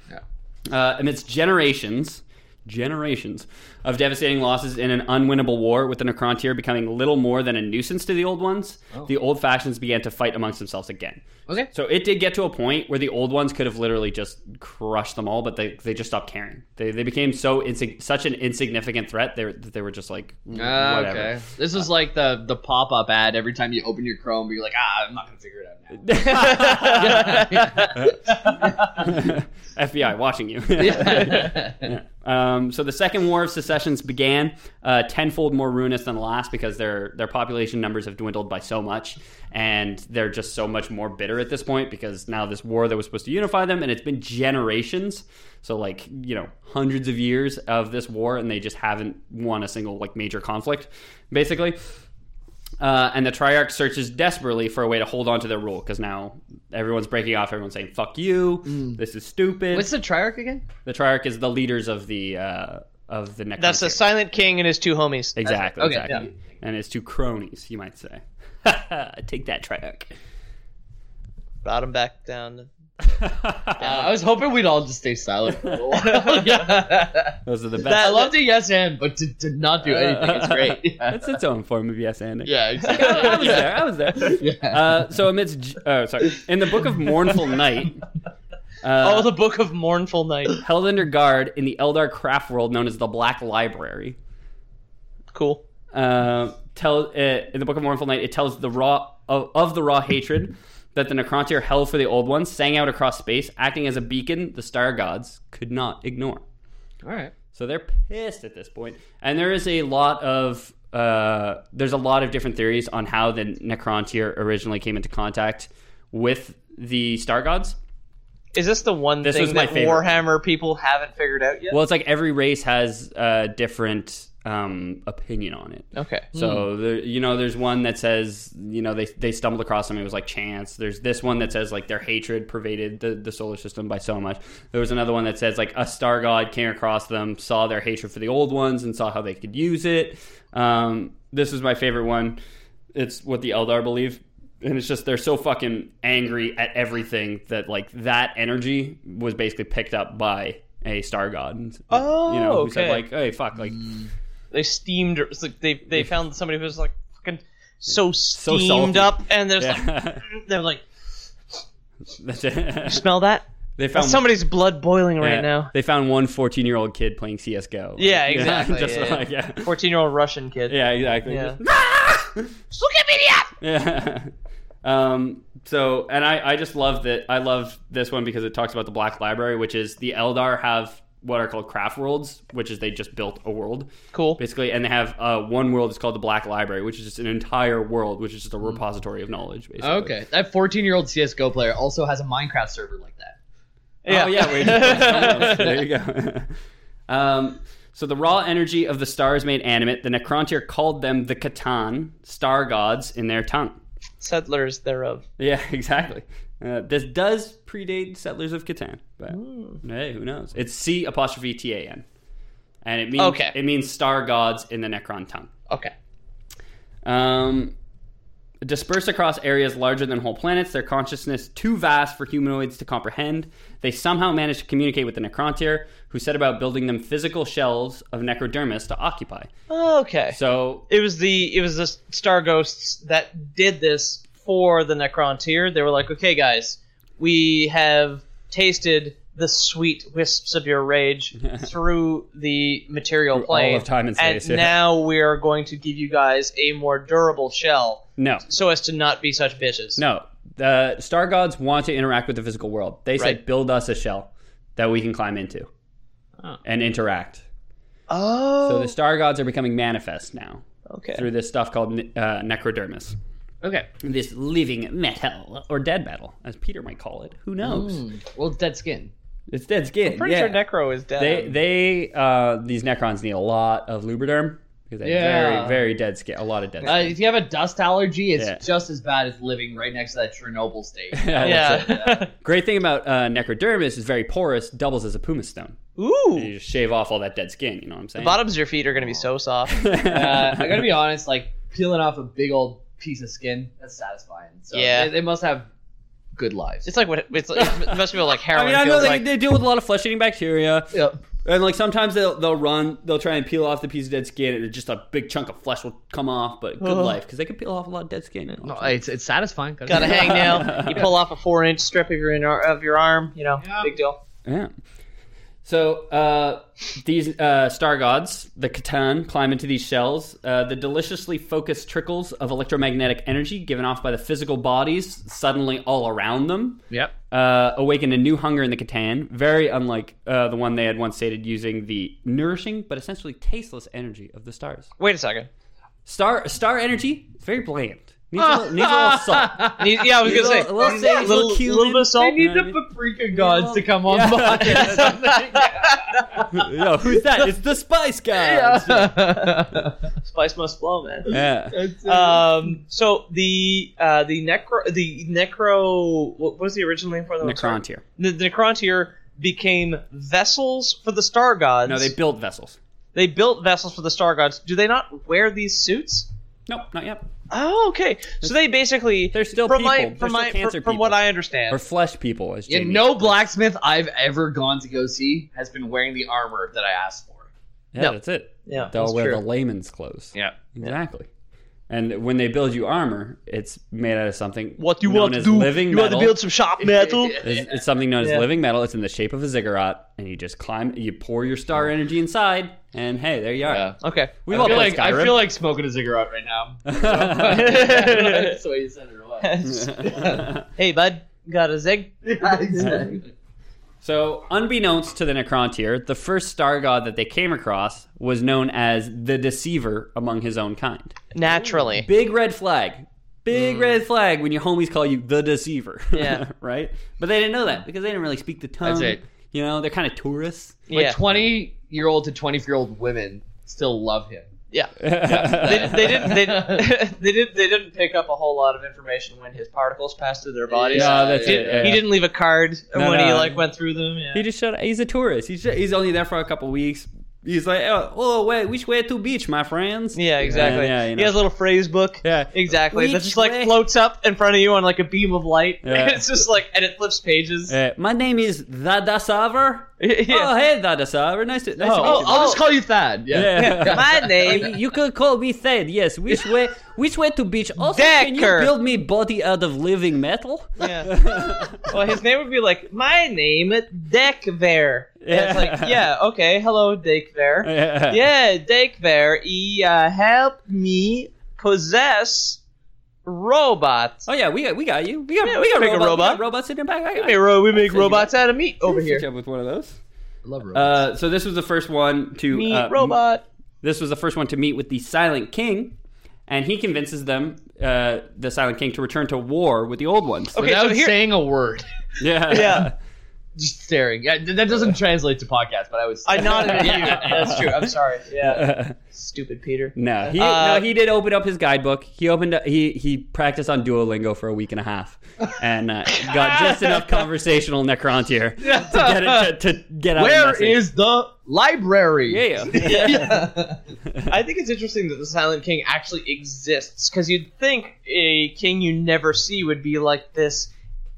Speaker 4: Uh, amidst generations, generations of devastating losses in an unwinnable war, with the Necron tier becoming little more than a nuisance to the old ones, the old factions began to fight amongst themselves again.
Speaker 3: Oh. Okay.
Speaker 4: So it did get to a point where the old ones could have literally just crushed them all, but they, they just stopped caring. They, they became so insig- such an insignificant threat they, were- that they were just like,
Speaker 3: Ah,
Speaker 4: whatever.
Speaker 3: okay. This is like the the pop up ad every time you open your Chrome, but you're like, ah, I'm not gonna figure it out now.
Speaker 4: FBI watching you.
Speaker 3: Yeah.
Speaker 4: Um, so the Second War of Secessions began, uh, tenfold more ruinous than the last because their their population numbers have dwindled by so much, and they're just so much more bitter at this point because now this war that was supposed to unify them, and it's been generations, so like you know hundreds of years of this war, and they just haven't won a single like major conflict, basically. Uh, and the Triarch searches desperately for a way to hold on to their rule because now everyone's breaking off. Everyone's saying "fuck you," "this is stupid."
Speaker 3: What's the triarch again?
Speaker 4: The Triarch is the leaders of the uh, of the next.
Speaker 1: That's the Silent King and his two homies.
Speaker 4: exactly,
Speaker 3: Okay,
Speaker 4: exactly, and his two cronies, you might say. Take that, Triarch.
Speaker 1: Brought him back down.
Speaker 3: I was hoping we'd all just stay silent for a little
Speaker 1: Oh,
Speaker 3: while. Yeah.
Speaker 4: Those are the
Speaker 3: I
Speaker 4: best.
Speaker 3: love to yes and, but to, to not do anything is great. Yeah,
Speaker 4: That's its own form of yes and.
Speaker 3: yeah
Speaker 4: I was
Speaker 3: exactly.
Speaker 4: there. I was there.
Speaker 3: Yeah.
Speaker 4: Uh, so amidst, j- oh, sorry, in the book of mournful night.
Speaker 1: oh,
Speaker 4: Uh,
Speaker 1: the Book of Mournful Night.
Speaker 4: held under guard in the Eldar craft world known as the Black Library.
Speaker 1: Cool.
Speaker 4: uh, tell uh, in the Book of Mournful Night, it tells the raw of, of the raw hatred that the Necrontyr held for the old ones sang out across space, acting as a beacon the star gods could not ignore.
Speaker 3: All right.
Speaker 4: So they're pissed at this point, and there is a lot of uh, there's a lot of different theories on how the Necrontyr originally came into contact with the star gods.
Speaker 1: Is this the one
Speaker 4: This
Speaker 1: thing
Speaker 4: was my
Speaker 1: that
Speaker 4: favorite.
Speaker 1: Warhammer people haven't figured out yet?
Speaker 4: Well, it's like every race has a different um, opinion on it.
Speaker 1: Okay. Hmm.
Speaker 4: So there, you know, there's one that says you know they they stumbled across something it was like chance. There's this one that says like their hatred pervaded the, the solar system by so much. There was another one that says like a star god came across them, saw their hatred for the old ones, and saw how they could use it. Um, this is my favorite one. It's what the Eldar believe, and it's just they're so fucking angry at everything that like that energy was basically picked up by a star god. and, you know,
Speaker 1: Oh,
Speaker 4: who said
Speaker 1: okay.
Speaker 4: like, hey, fuck, like.
Speaker 1: They steamed. It's like they they found somebody who was like fucking so steamed
Speaker 4: salty.
Speaker 1: up, and there's like
Speaker 4: Yeah.
Speaker 1: they're like
Speaker 4: That's it.
Speaker 1: smell that.
Speaker 4: They found
Speaker 1: Somebody's blood boiling
Speaker 4: Um, yeah,
Speaker 1: right now.
Speaker 4: They found one 14 year old kid playing CS:GO.
Speaker 1: Yeah, exactly,
Speaker 4: just
Speaker 1: yeah,
Speaker 4: like yeah.
Speaker 1: Fourteen-year-old Russian kid.
Speaker 4: Yeah, exactly.
Speaker 1: Yeah.
Speaker 4: Just-
Speaker 1: Look at me up.
Speaker 4: Yeah. Um, so, and I, I just love that. I love this one because it talks about the Black Library, which is the Eldar have what are called craft worlds, which is they just built a world
Speaker 1: Cool.
Speaker 4: basically, and they have uh, one world is called the Black Library, which is just an entire world, which is just a
Speaker 1: Mm-hmm.
Speaker 4: repository of knowledge. Basically.
Speaker 3: Okay. That 14 year old CSGO player also has a Minecraft server like that.
Speaker 4: Oh yeah, wait, there you go. um, so the raw energy of the stars made animate. The Necrontyr called them the Catan, star gods in their tongue.
Speaker 1: Settlers thereof.
Speaker 4: Yeah, exactly. Uh, this does predate settlers of Catan, but hey, who knows? It's C apostrophe T A N, and it means
Speaker 1: Okay.
Speaker 4: it means star gods in the Necron tongue.
Speaker 1: Okay.
Speaker 4: Um, dispersed across areas larger than whole planets, their consciousness too vast for humanoids to comprehend, they somehow managed to communicate with the Necrontyr, who set about building them physical shells of Necrodermis to occupy.
Speaker 1: Okay.
Speaker 4: So,
Speaker 1: it was the it was the Star Ghosts that did this for the Necrontyr. They were like, okay, guys, we have tasted the sweet wisps of your rage through the material
Speaker 4: Through all
Speaker 1: plane,
Speaker 4: of time and space, yeah.
Speaker 1: now we are going to give you guys a more durable shell,
Speaker 4: no,
Speaker 1: so as to not be such bitches.
Speaker 4: no. The Star Gods want to interact with the physical world. They said,
Speaker 1: Right.
Speaker 4: build us a shell that we can climb into and interact.
Speaker 1: Oh,
Speaker 4: So the Star Gods are becoming manifest now
Speaker 1: okay.
Speaker 4: through this stuff called uh, Necrodermis.
Speaker 3: Okay.
Speaker 4: this living metal or dead metal, as Peter might call it. Who knows?
Speaker 3: Well, dead skin.
Speaker 4: It's dead skin.
Speaker 1: Pretty
Speaker 4: yeah.
Speaker 1: sure Necro is dead.
Speaker 4: they they uh, these Necrons need a lot of lubriderm because they
Speaker 3: Yeah.
Speaker 4: have very very dead skin. A lot of dead
Speaker 3: Uh,
Speaker 4: skin.
Speaker 3: if you have a dust allergy, it's
Speaker 4: Yeah.
Speaker 3: just as bad as living right next to that Chernobyl state.
Speaker 4: Yeah, that's it.
Speaker 1: yeah.
Speaker 4: Great thing about uh, Necrodermis is very porous, doubles as a pumice stone. You
Speaker 1: Ooh.
Speaker 4: just shave off all that dead skin. You know what I'm saying?
Speaker 1: Bottoms of your feet are going to be so soft.
Speaker 3: uh, I gotta be honest, like peeling off a big old piece of skin, that's satisfying. So
Speaker 1: Yeah.
Speaker 3: they, they must have good lives.
Speaker 1: It's like what it's like, it must feel like heroin.
Speaker 4: I mean, I know
Speaker 1: feels
Speaker 4: they,
Speaker 1: like.
Speaker 4: they deal with a lot of flesh eating bacteria,
Speaker 3: Yep.
Speaker 4: and like sometimes they'll they'll run, they'll try and peel off the piece of dead skin, and just a big chunk of flesh will come off. But good life because they can peel off a lot of dead skin. you know?
Speaker 3: No, it's it's satisfying.
Speaker 1: got a hangnail. You pull off a four inch strip of your inner, of your arm. You know,
Speaker 3: Yeah.
Speaker 1: big deal.
Speaker 4: Yeah. So uh, these uh, star gods, the Catan, climb into these shells. Uh, the deliciously focused trickles of electromagnetic energy given off by the physical bodies suddenly all around them
Speaker 1: Yep.
Speaker 4: uh, awakened a new hunger in the Catan, very unlike uh, the one they had once stated using the nourishing but essentially tasteless energy of the stars.
Speaker 1: Wait a second.
Speaker 4: Star star energy, it's very bland. Needs a little, needs a little salt.
Speaker 1: Ne- Yeah, I was gonna
Speaker 4: Little-
Speaker 1: say
Speaker 4: little sage, little cumin.
Speaker 1: bit of
Speaker 3: They
Speaker 1: salt.
Speaker 3: need
Speaker 4: know
Speaker 3: the
Speaker 4: what I
Speaker 3: paprika gods to come on
Speaker 4: Yeah.
Speaker 3: board. or something.
Speaker 4: Yo, who's that? It's the spice guy.
Speaker 1: Spice must flow, man.
Speaker 4: Yeah.
Speaker 3: It's, uh,
Speaker 1: Um, so the uh, the necro the necro what was the original name for them? I'm sorry.
Speaker 4: Necrontyr.
Speaker 1: The, the necrontyr became vessels for the star gods.
Speaker 4: No, they build vessels.
Speaker 1: they built vessels for the star gods. Do they not wear these suits?
Speaker 4: Nope, not yet.
Speaker 1: Oh, okay. So they basically
Speaker 4: They're still
Speaker 1: from my,
Speaker 4: people. They're
Speaker 1: from,
Speaker 4: still
Speaker 1: my,
Speaker 4: cancer
Speaker 1: from, from what
Speaker 4: people.
Speaker 1: I understand.
Speaker 4: Or flesh people, as
Speaker 3: yeah,
Speaker 4: Jamie.
Speaker 3: no blacksmith I've ever gone to go see has been wearing the armor that I asked for.
Speaker 4: Yeah,
Speaker 1: no.
Speaker 4: that's it.
Speaker 1: yeah,
Speaker 4: They'll
Speaker 1: that's
Speaker 4: wear
Speaker 1: true.
Speaker 4: the layman's clothes.
Speaker 3: Yeah.
Speaker 4: Exactly. And when they build you armor, it's made out of something.
Speaker 1: What do you
Speaker 4: known
Speaker 1: want to
Speaker 4: as
Speaker 1: do?
Speaker 4: Living
Speaker 1: you want
Speaker 4: metal.
Speaker 1: to build some sharp metal?
Speaker 4: It's, it's something known as
Speaker 1: Yeah.
Speaker 4: living metal. It's in the shape of a ziggurat, and you just climb. You pour your star energy inside, and hey, there you are.
Speaker 3: Yeah.
Speaker 1: okay.
Speaker 4: We've
Speaker 3: I
Speaker 4: all
Speaker 3: feel,
Speaker 4: played
Speaker 3: like, I
Speaker 4: Skyrim.
Speaker 3: feel like smoking a cigarette right now. That's the way you said it or what?
Speaker 1: hey, bud, got a zig?
Speaker 3: Exactly.
Speaker 4: so, unbeknownst to the Necrontyr, the first star god that they came across was known as the Deceiver among his own kind.
Speaker 1: Naturally.
Speaker 4: Big red flag. Big red flag when your homies call you the deceiver.
Speaker 1: Mm. Yeah.
Speaker 4: right? But they didn't know that because they didn't really speak the tongue.
Speaker 3: That's it.
Speaker 4: You know, they're kind of tourists.
Speaker 1: Yeah.
Speaker 3: Like 20 year old to 24 year old women still love him.
Speaker 1: yeah. They, they didn't. They, they didn't. They didn't pick up a whole lot of information when his particles passed through their bodies.
Speaker 4: No, that's
Speaker 1: He-
Speaker 4: it, yeah.
Speaker 1: He didn't leave a card
Speaker 4: No,
Speaker 1: when he
Speaker 4: no.
Speaker 1: like went through them. Yeah.
Speaker 4: He just showed. He's a tourist. He's he's only there for a couple weeks. He's like, oh, oh wait, which way to beach, my friends?
Speaker 1: yeah, exactly.
Speaker 4: Yeah, yeah, you
Speaker 1: He
Speaker 4: know.
Speaker 1: has a little phrase book.
Speaker 4: Yeah.
Speaker 1: Exactly. That
Speaker 4: Which
Speaker 1: just like
Speaker 4: way-
Speaker 1: floats up in front of you on like a beam of light.
Speaker 4: Yeah.
Speaker 1: And it's just like and it flips pages.
Speaker 4: Uh, my name is Dada Saver. Oh,
Speaker 1: yeah.
Speaker 4: hey, Dada Saver. Nice to, nice to meet
Speaker 3: Oh,
Speaker 4: you.
Speaker 3: I'll just call you Thad. Yeah.
Speaker 4: Yeah.
Speaker 1: Oh, My
Speaker 4: Uh,
Speaker 1: name.
Speaker 4: you could call me Thad. Yes. Which way? Which way to beach? Also, can you
Speaker 1: Decker.
Speaker 4: build me body out of living metal?
Speaker 1: yeah. Well, his name would be like my name Dekver. Yeah. It's like yeah. Okay. Hello, Dekver.
Speaker 4: Yeah.
Speaker 1: yeah, Dekver, he uh, helped me possess robots.
Speaker 4: Oh yeah, we got we got you. We got
Speaker 1: Yeah,
Speaker 4: we
Speaker 1: we can
Speaker 4: got
Speaker 1: make a
Speaker 4: robot- we
Speaker 1: robot.
Speaker 4: got robots in your back. I
Speaker 1: We
Speaker 4: got
Speaker 1: make, ro- we make
Speaker 4: I'll
Speaker 1: robots out of meat over
Speaker 4: Hook you
Speaker 1: here.
Speaker 4: up with one of those.
Speaker 3: I love robots.
Speaker 4: Uh, so this was the first one to
Speaker 1: Meat
Speaker 4: uh,
Speaker 1: robot.
Speaker 4: This was the first one to meet with the Silent King, and he convinces them, uh, the Silent King, to return to war with the old ones.
Speaker 1: Okay,
Speaker 3: Without
Speaker 1: so here,
Speaker 3: saying a word,
Speaker 4: Yeah.
Speaker 1: yeah,
Speaker 3: just staring. Yeah, th- that doesn't translate to podcast, but I was.
Speaker 1: I nodded at you.
Speaker 3: Yeah.
Speaker 1: That's true. I'm sorry. Yeah,
Speaker 4: Uh,
Speaker 1: stupid Peter.
Speaker 4: no, he
Speaker 1: Uh,
Speaker 4: no, he did open up his guidebook. He opened up, he he practiced on Duolingo for a week and a half, and uh, got just enough conversational Necrontyr to get it to, to get out. the
Speaker 3: Where
Speaker 4: message.
Speaker 3: is the library?
Speaker 4: yeah? yeah.
Speaker 1: Yeah. I think it's interesting that the Silent King actually exists because you'd think a king you never see would be like this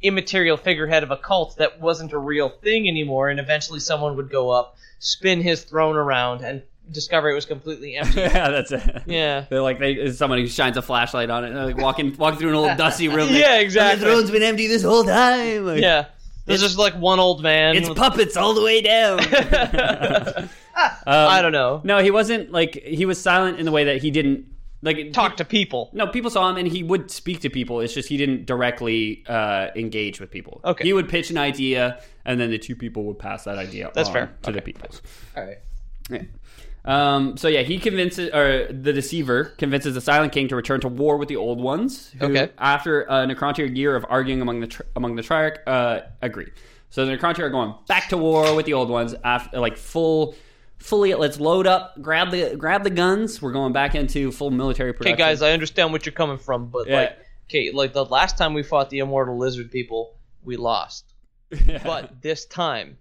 Speaker 1: immaterial figurehead of a cult that wasn't a real thing anymore, and eventually someone would go up, spin his throne around, and discover it was completely empty.
Speaker 4: yeah, that's it.
Speaker 1: yeah.
Speaker 4: They're like they it's someone who shines a flashlight on it. And they're like walking walking through an old dusty room. like,
Speaker 1: Yeah, exactly.
Speaker 4: The throne's been empty this whole time. Like,
Speaker 1: Yeah. There's just like one old man.
Speaker 4: It's
Speaker 1: with-
Speaker 4: puppets all the way down.
Speaker 1: I don't know.
Speaker 4: No, he wasn't like he was silent in the way that he didn't like
Speaker 1: Talk to people.
Speaker 4: No, people saw him and he would speak to people. It's just he didn't directly uh, engage with people.
Speaker 1: Okay.
Speaker 4: He would pitch an idea and then the two people would pass that idea
Speaker 1: That's
Speaker 4: on
Speaker 1: fair.
Speaker 4: to the people.
Speaker 3: All right.
Speaker 4: Um, so yeah, he convinces, or the deceiver convinces the Silent King to return to war with the Old Ones. Who,
Speaker 1: Okay.
Speaker 4: After a Necrontyr year of arguing among the tri- among the Triarch, uh, agree. So the Necrontyr are going back to war with the Old Ones after like full, fully. Let's load up, grab the grab the guns. We're going back into full military
Speaker 1: Okay,
Speaker 4: production.
Speaker 1: guys, I understand what you're coming from, but
Speaker 4: Yeah.
Speaker 1: like, okay, like the last time we fought the immortal lizard people, we lost. But this time,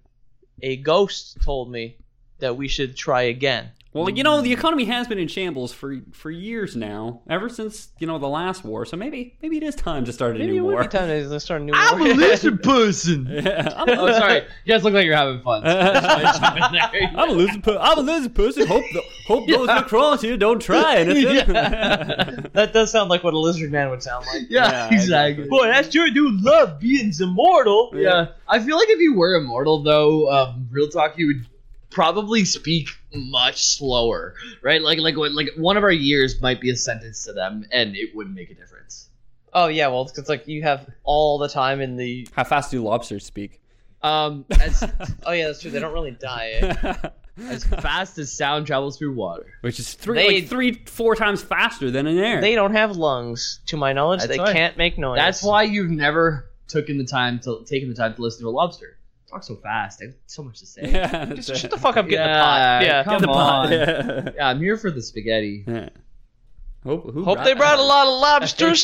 Speaker 1: a ghost told me that we should try again.
Speaker 4: Well, you know, the economy has been in shambles for for years now, ever since you know the last war. So maybe maybe it is time to start a
Speaker 1: Maybe
Speaker 4: new
Speaker 1: it would
Speaker 4: war.
Speaker 1: be time to start a new
Speaker 3: I'm
Speaker 1: war.
Speaker 3: a lizard person.
Speaker 4: Yeah, I'm, a-
Speaker 3: Oh, sorry. You guys look like you're having fun.
Speaker 4: I'm a losing person. I'm a losing person. Hope the, hope those across you don't try anything.
Speaker 1: that does sound like what a lizard man would sound like.
Speaker 4: Yeah,
Speaker 3: yeah, exactly.
Speaker 1: Boy, I sure do love being immortal.
Speaker 3: Yeah, I feel like if you were immortal, though, um, real talk, you would probably speak much slower, right? Like, like, when- like one of our years might be a sentence to them, and it wouldn't make a difference.
Speaker 1: Oh yeah, well, it's, it's like you have all the time in the.
Speaker 4: How fast do lobsters speak?
Speaker 3: Um, as,
Speaker 1: Oh yeah, that's true. They don't really die. eh?
Speaker 3: as fast as sound travels through water,
Speaker 4: Which is three,
Speaker 1: They-
Speaker 4: like three, four times faster than an air.
Speaker 1: They don't have lungs, to my knowledge.
Speaker 3: That's
Speaker 1: they
Speaker 3: why-
Speaker 1: can't make
Speaker 4: Oh,
Speaker 1: noise.
Speaker 3: that's why you've never taken the time to taken the time to listen to a lobster talk so fast. I have so much to say.
Speaker 4: yeah, that's
Speaker 1: Just shut
Speaker 4: it.
Speaker 1: the fuck up. Get in the pot. Yeah.
Speaker 3: come
Speaker 4: The pot.
Speaker 3: on. Yeah, I'm here for the spaghetti.
Speaker 4: Yeah. Hope, who
Speaker 1: Hope they brought a lot of lobster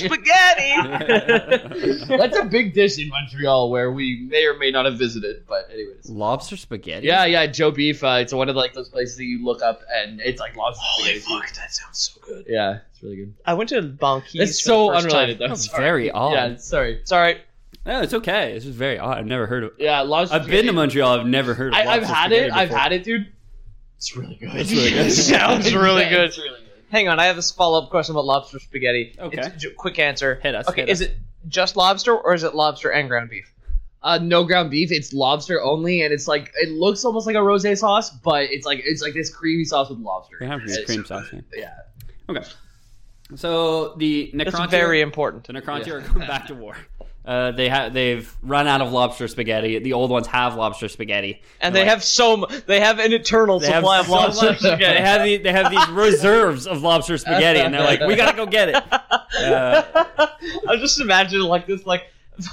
Speaker 1: spaghetti.
Speaker 3: That's a big dish in Montreal where we may or may not have visited, but anyways.
Speaker 4: lobster spaghetti.
Speaker 3: Yeah, yeah, Joe Beef. Uh, it's one of like those places that you look up and it's like lots of Holy fuck, that sounds so good. Yeah, it's really good.
Speaker 1: I went to Bonkeys.
Speaker 3: It's
Speaker 1: for the
Speaker 3: so
Speaker 1: first time.
Speaker 3: unrelated though.
Speaker 4: That's
Speaker 3: Sorry.
Speaker 4: very odd.
Speaker 3: Yeah, sorry.
Speaker 1: It's all right.
Speaker 4: No, it's okay. It's just very odd. I've never heard of.
Speaker 3: Yeah, lobster.
Speaker 4: I've been to
Speaker 3: spaghetti.
Speaker 4: Montreal. I've never heard of.
Speaker 3: I, I've
Speaker 4: lobster
Speaker 3: had it.
Speaker 4: spaghetti
Speaker 3: I've
Speaker 4: before.
Speaker 3: had it, dude. It's really good.
Speaker 4: It's really good.
Speaker 1: Sounds really good.
Speaker 3: It's really good.
Speaker 1: Hang on, I have this follow up question about lobster spaghetti.
Speaker 4: Okay.
Speaker 1: It's j- quick answer.
Speaker 4: Hit us,
Speaker 1: Okay,
Speaker 4: hit
Speaker 1: is
Speaker 4: us.
Speaker 1: it just lobster or is it lobster and ground beef?
Speaker 3: Uh, no ground beef. It's lobster only, and it's like it looks almost like a rosé sauce, but it's like it's like this creamy sauce with lobster.
Speaker 4: They have
Speaker 3: It's-
Speaker 4: cream sauce. Yeah.
Speaker 3: Yeah.
Speaker 4: Okay. So the
Speaker 1: That's
Speaker 4: Necrontyr,
Speaker 1: very important.
Speaker 4: the Necrontyr are going back to war. Uh, they have they've run out of lobster spaghetti. The old ones have lobster spaghetti,
Speaker 1: And they have so mu- they have an eternal
Speaker 4: They have
Speaker 1: supply of
Speaker 4: so
Speaker 1: lobster
Speaker 4: much-
Speaker 1: spaghetti.
Speaker 4: they have the, they have these reserves of lobster spaghetti, and they're like, we gotta go get it. Uh,
Speaker 1: I'm just imagining like this like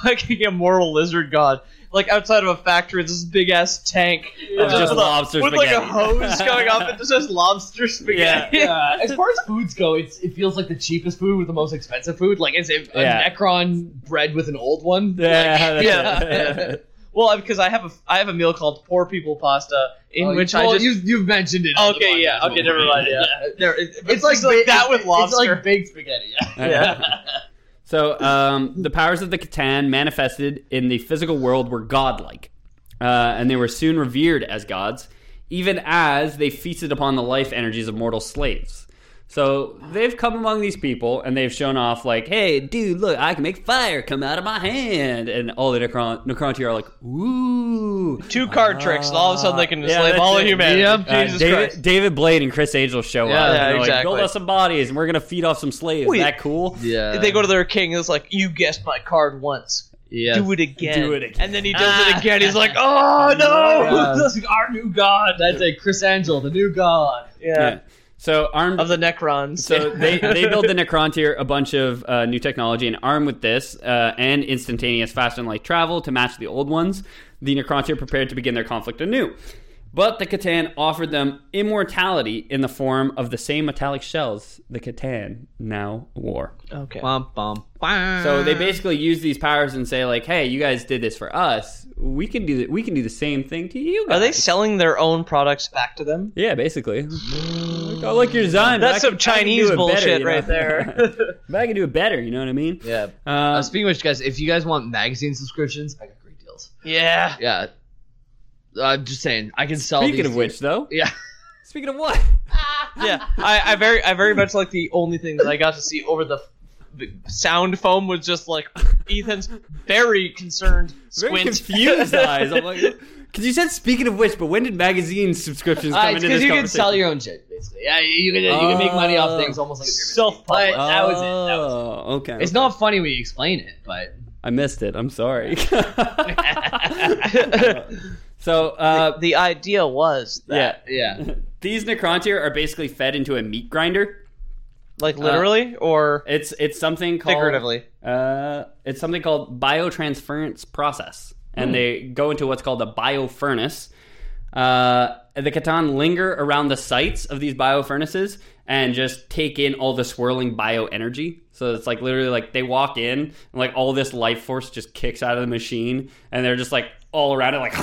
Speaker 1: fucking immortal lizard god. Like outside of a factory, this big ass tank
Speaker 4: Of
Speaker 1: with
Speaker 4: just
Speaker 1: a-
Speaker 4: lobster
Speaker 1: with like a
Speaker 4: spaghetti.
Speaker 1: hose going off. It just says lobster spaghetti.
Speaker 3: yeah, as far as foods go, it's it feels like the cheapest food with the most expensive food. Like it's a, a
Speaker 4: Yeah.
Speaker 3: Necron bread with an old one.
Speaker 4: yeah, that's
Speaker 1: yeah.
Speaker 4: it.
Speaker 1: Well, because I have a I have a meal called poor people pasta in
Speaker 3: Oh,
Speaker 1: which
Speaker 3: you,
Speaker 1: I
Speaker 3: well,
Speaker 1: just
Speaker 3: you you've mentioned it. on the
Speaker 1: okay yeah
Speaker 3: podcast
Speaker 1: okay never mind
Speaker 3: before.
Speaker 1: yeah. There, it-
Speaker 3: It's like, ba-
Speaker 1: that with
Speaker 3: it's-
Speaker 1: lobster.
Speaker 3: It's like baked spaghetti. Yeah.
Speaker 4: Yeah. so um, the powers of the Catan manifested in the physical world were godlike, uh, and they were soon revered as gods, even as they feasted upon the life energies of mortal slaves. So they've come among these people and they've shown off like, "Hey, dude, look, I can make fire come out of my hand," and all the Necron- Necrontyr are like, "Ooh,
Speaker 1: Two card tricks, and all of a sudden they can
Speaker 3: Uh,
Speaker 4: Ah,
Speaker 1: enslave
Speaker 4: that's
Speaker 1: all of
Speaker 4: it.
Speaker 1: humanity.
Speaker 3: Yep.
Speaker 4: Uh,
Speaker 1: Jesus
Speaker 4: David,
Speaker 1: Christ.
Speaker 4: David Blade and Chris Angel show
Speaker 3: Yeah,
Speaker 4: up. and
Speaker 1: yeah,
Speaker 4: they're like,
Speaker 1: exactly.
Speaker 4: Build us some bodies, and we're gonna feed off some slaves.
Speaker 1: Wait.
Speaker 4: Is that cool?
Speaker 3: yeah.
Speaker 1: they go to their king. It's like you guessed my card once.
Speaker 3: yeah.
Speaker 1: Do it again.
Speaker 4: Do it again. Ah.
Speaker 1: And then he does it again. He's like, oh no,
Speaker 3: Yeah.
Speaker 1: this is our new god.
Speaker 3: That's a Chris Angel, the new god.
Speaker 1: yeah.
Speaker 4: So armed.
Speaker 1: of the Necrons.
Speaker 4: so they, they build the Necrontyr a bunch of uh, new technology and armed with this uh, and instantaneous fast and light travel to match the old ones, the Necrontyr prepared to begin their conflict anew. But the Catan offered them immortality in the form of the same metallic shells the Catan now wore.
Speaker 1: okay.
Speaker 3: Bum bum. bum.
Speaker 4: So they basically use these powers and say like, "Hey, you guys did this for us. We can do th- we can do the same thing to you guys."
Speaker 1: Are they selling their own products back to them?
Speaker 4: Yeah, basically. I like oh, your design. but I
Speaker 1: That's
Speaker 4: can-
Speaker 1: some
Speaker 4: I can do
Speaker 1: Chinese
Speaker 4: it better,
Speaker 1: bullshit
Speaker 4: you know?
Speaker 1: right there.
Speaker 4: but I can do it better. You know what I mean?
Speaker 3: Yeah. Uh,
Speaker 4: Uh,
Speaker 3: speaking of which, guys, if you guys want magazine subscriptions, I got great deals.
Speaker 1: yeah.
Speaker 3: Yeah. Uh, I'm just saying, I can sell.
Speaker 4: speaking
Speaker 3: these
Speaker 4: of
Speaker 3: to-
Speaker 4: which, though,
Speaker 3: Yeah.
Speaker 4: speaking of what,
Speaker 1: Yeah. I, I very I very much like the only thing that I got to see over the, the sound foam was just like Ethan's very concerned
Speaker 4: very
Speaker 1: squint.
Speaker 4: confused eyes. I'm like, because you said speaking of which, but when did magazine subscriptions come
Speaker 3: Uh, it's
Speaker 4: into
Speaker 3: because
Speaker 4: this
Speaker 3: you can
Speaker 4: conversation?
Speaker 3: sell your own shit, basically. Yeah, you can, you can make money
Speaker 4: Oh.
Speaker 3: off things almost like a pyramid.
Speaker 1: Self
Speaker 3: But
Speaker 1: public.
Speaker 3: that was it. That was it.
Speaker 4: Oh, okay.
Speaker 3: It's not funny when you explain it, but
Speaker 4: I missed it. I'm sorry. so, uh,
Speaker 1: the idea was that,
Speaker 4: yeah,
Speaker 3: yeah,
Speaker 4: These Necrontyr are basically fed into a meat grinder.
Speaker 1: like literally or
Speaker 4: Uh, It's it's something called
Speaker 1: figuratively.
Speaker 4: Uh, it's something called biotransference process,
Speaker 1: Hmm.
Speaker 4: and they go into what's called a biofurnace. Uh, the Catan linger around the sites of these biofurnaces and just take in all the swirling bioenergy. So it's like literally like they walk in and like all this life force just kicks out of the machine, and they're just like all around it, like